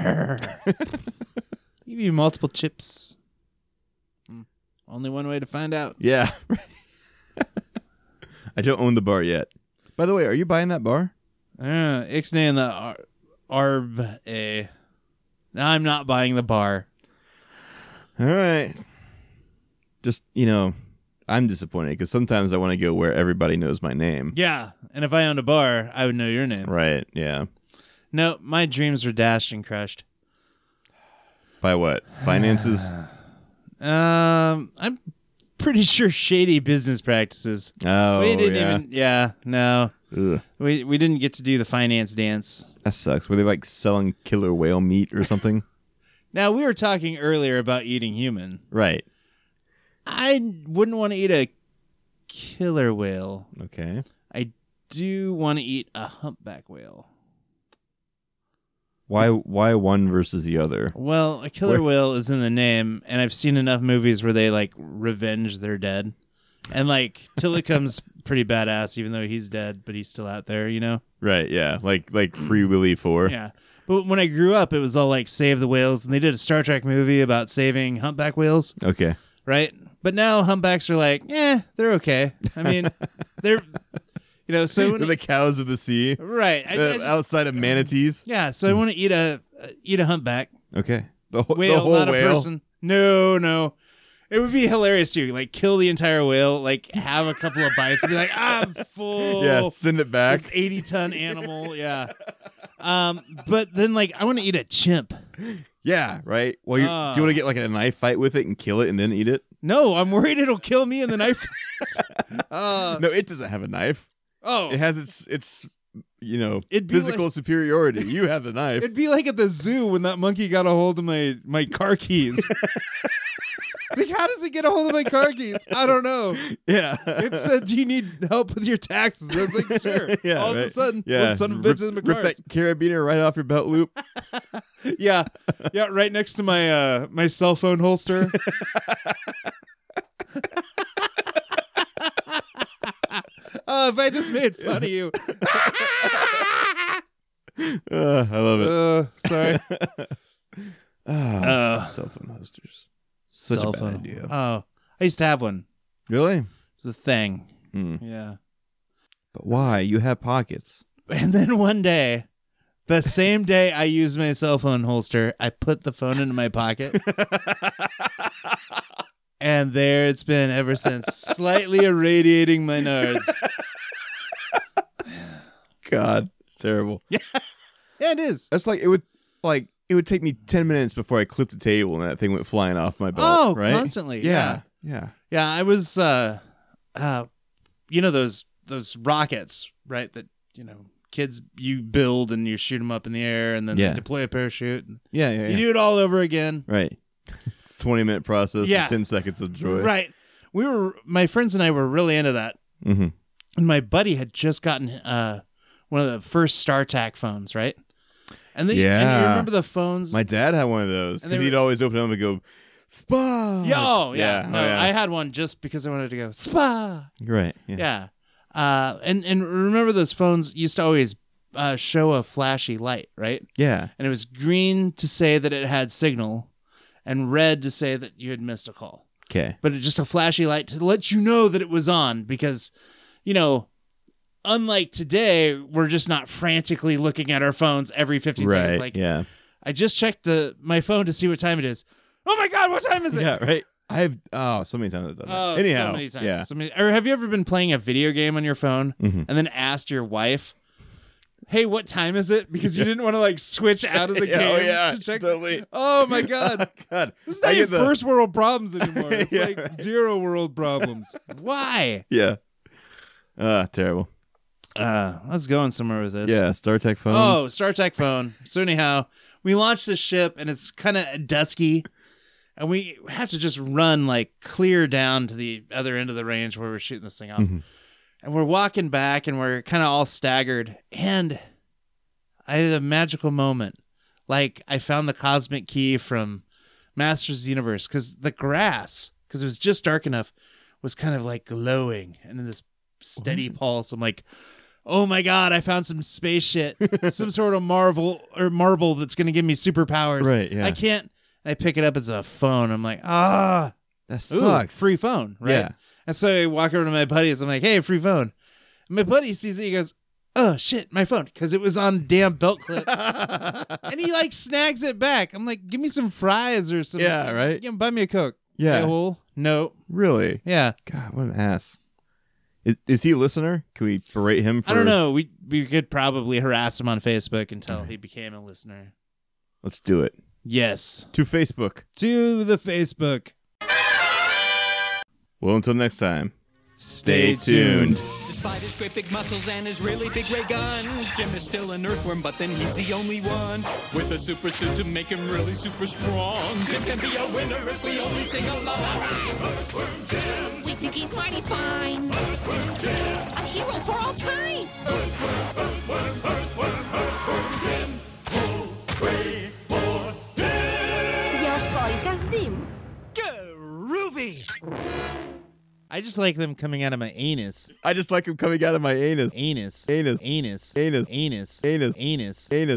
you multiple chips. Hmm. Only one way to find out.
yeah. I don't own the bar yet. By the way, are you buying that bar?
Uh, Ixnay and the ar- Arb A. No, I'm not buying the bar.
All right. Just you know, I'm disappointed because sometimes I want to go where everybody knows my name.
Yeah, and if I owned a bar, I would know your name.
Right. Yeah.
No, my dreams were dashed and crushed.
By what? Finances.
Um, I'm pretty sure shady business practices.
Oh,
we didn't
yeah.
even. Yeah, no,
Ugh,
we we didn't get to do the finance dance.
that sucks. Were they like selling killer whale meat or something?
Now we were talking earlier about eating human.
right.
I wouldn't want to eat a killer whale.
Okay.
I do want to eat a humpback whale.
Why? Why one versus the other?
Well, a killer
Where-
whale is in the name, and I've seen enough movies where they like revenge their dead, and like Tilla comes pretty badass, even though he's dead, but he's still out there, you know.
Right, yeah. Like like Free Willy 4.
Mm. Yeah. But when I grew up, it was all like save the whales, and they did a Star Trek movie about saving humpback whales,
Okay.
right? But now humpbacks are like, eh, they're okay. I mean, they're, you know, so when
They're the cows of the sea.
right, I, I
uh,
just-
outside of manatees.
yeah. So I want to eat a uh, eat a humpback
Okay. The, wh-
whale,
the whole
not a
whale.
person. No, no. It would be hilarious to like kill the entire whale, like have a couple of bites, and be like, I'm full.
Yeah, send it back.
this 80 ton animal, yeah. Um, but then like I want to eat a chimp.
Yeah, right. Well, you
Ah.
do you want to get like a knife fight with it and kill it and then eat it?
No, I'm worried it'll kill me in the knife.
no, it doesn't have a knife.
Uh, oh,
It has its its you know
It'd be
physical superiority. You have the knife.
it'd be like at the zoo when that monkey got a hold of my my car keys. like how does it get a hold of my car keys? I don't know.
yeah.
It said, "Do you need help with your taxes?" I was like, "Sure."
yeah,
All of
right.
a sudden,
yeah.
yeah. son of a
Rip-
bitch in the
Rip
cars.
that carabiner right off your belt loop.
Yeah, yeah, right next to my uh my cell phone holster. Oh, if I just made fun of you.
Ugh, Ah, I love it.
Uh, sorry.
Ah,
uh,
cell phone hosters.
such
a bad idea.
Oh, I used to have one.
Really?
It was a thing.
Mm.
Yeah.
But why? You have pockets.
And then one day, the same day I used my cell phone holster, I put the phone into my pocket. and there it's been ever since, slightly irradiating my nards.
God, it's terrible.
Yeah, it is.
That's like it would like it would take me 10 minutes before I clipped the table and that thing went flying off my belt.
Oh,
right?
constantly,
Yeah. Yeah.
Yeah, I was uh uh you know those those rockets, right, that you know kids you build and you shoot them up in the air and then
Yeah.
they deploy a parachute. and
Yeah. Yeah.
You
yeah.
do it all over again.
Right. It's a 20 minute process
Yeah.
with 10 seconds of joy.
Right. We were my friends and I were really into that.
Mhm.
And my buddy had just gotten uh one of the first StarTAC phones, right? And then and you
Yeah.
remember the phones?
My dad had one of those
And they
because he'd
were-
always open them and go, Spa.
yeah, oh, yeah.
Yeah.
No,
Oh, yeah.
I had one just because I wanted to go spa.
Right. Yeah.
Yeah. Uh, and and remember those phones used to always uh, show a flashy light, right?
Yeah.
And it was green to say that it had signal, and red to say that you had missed a call.
Okay.
But it just a flashy light to let you know that it was on because, you know, unlike today, we're just not frantically looking at our phones every fifty
Right.
seconds. Like
yeah.
I just checked the my phone to see what time it is. Oh my god, what time is it?
Yeah. Right. I've, oh, so many times I've done that.
Oh,
Anyhow.
so many times.
Yeah.
So many- or have you ever been playing a video game on your phone
Mhm.
and then asked your wife, "Hey, what time is it?" Because you didn't want to like switch out of the
Yeah,
game
oh, yeah.
to check.
Totally.
Oh my god,
God.
this is not
I
your
get the-
first world problem.
Problems anymore. It's
Yeah,
like
right.
zero world problems.
Why?
Yeah. Uh, terrible.
Uh, I was going somewhere with this.
Yeah. StarTech phones.
Oh, StarTech phone. So anyhow, we launch this ship and it's kind of dusky, and we have to just run like clear down to the other end of the range where we're shooting this thing off.
Mhm.
And we're walking back and we're kind of all staggered. And I had a magical moment. Like I found the cosmic key from Masters of the Universe because the grass, because it was just dark enough, was kind of like glowing and in this steady pulse. I'm like, oh my god, I found some space shit, some sort of marvel or marble that's gonna give me superpowers.
Right, yeah.
I can't. I pick it up as a phone. I'm like, ah,
that
ooh,
sucks.
free phone, right?
Yeah.
And so I walk over to my buddies. I'm like, hey, free phone. And my buddy sees it. He goes, oh shit, my phone, because it was on damn belt clip. and he like snags it back. I'm like, give me some fries or some.
Yeah, right?
You know, buy me a coke.
Yeah.
A-hole? No.
Really?
Yeah.
God, what an ass. Is, is he a listener? Can we berate him for
I don't know. We we could probably harass him on Facebook until he became a listener.
Let's do it.
Yes.
To Facebook.
To the Facebook.
Well, until next time.
Stay
Despite his great big muscles and his really big ray gun, Jim is still an earthworm, but then he's the only one with a super suit to make him really super strong. Jim can be a winner if we only sing along.
We think he's mighty fine. A hero for all time. Я стойка с Дим.
I just like them coming out of my anus.
I just like him coming out of my anus.
Anus.
Anus.
Anus.
Anus.
Anus. Anus.
Anus.
Anus.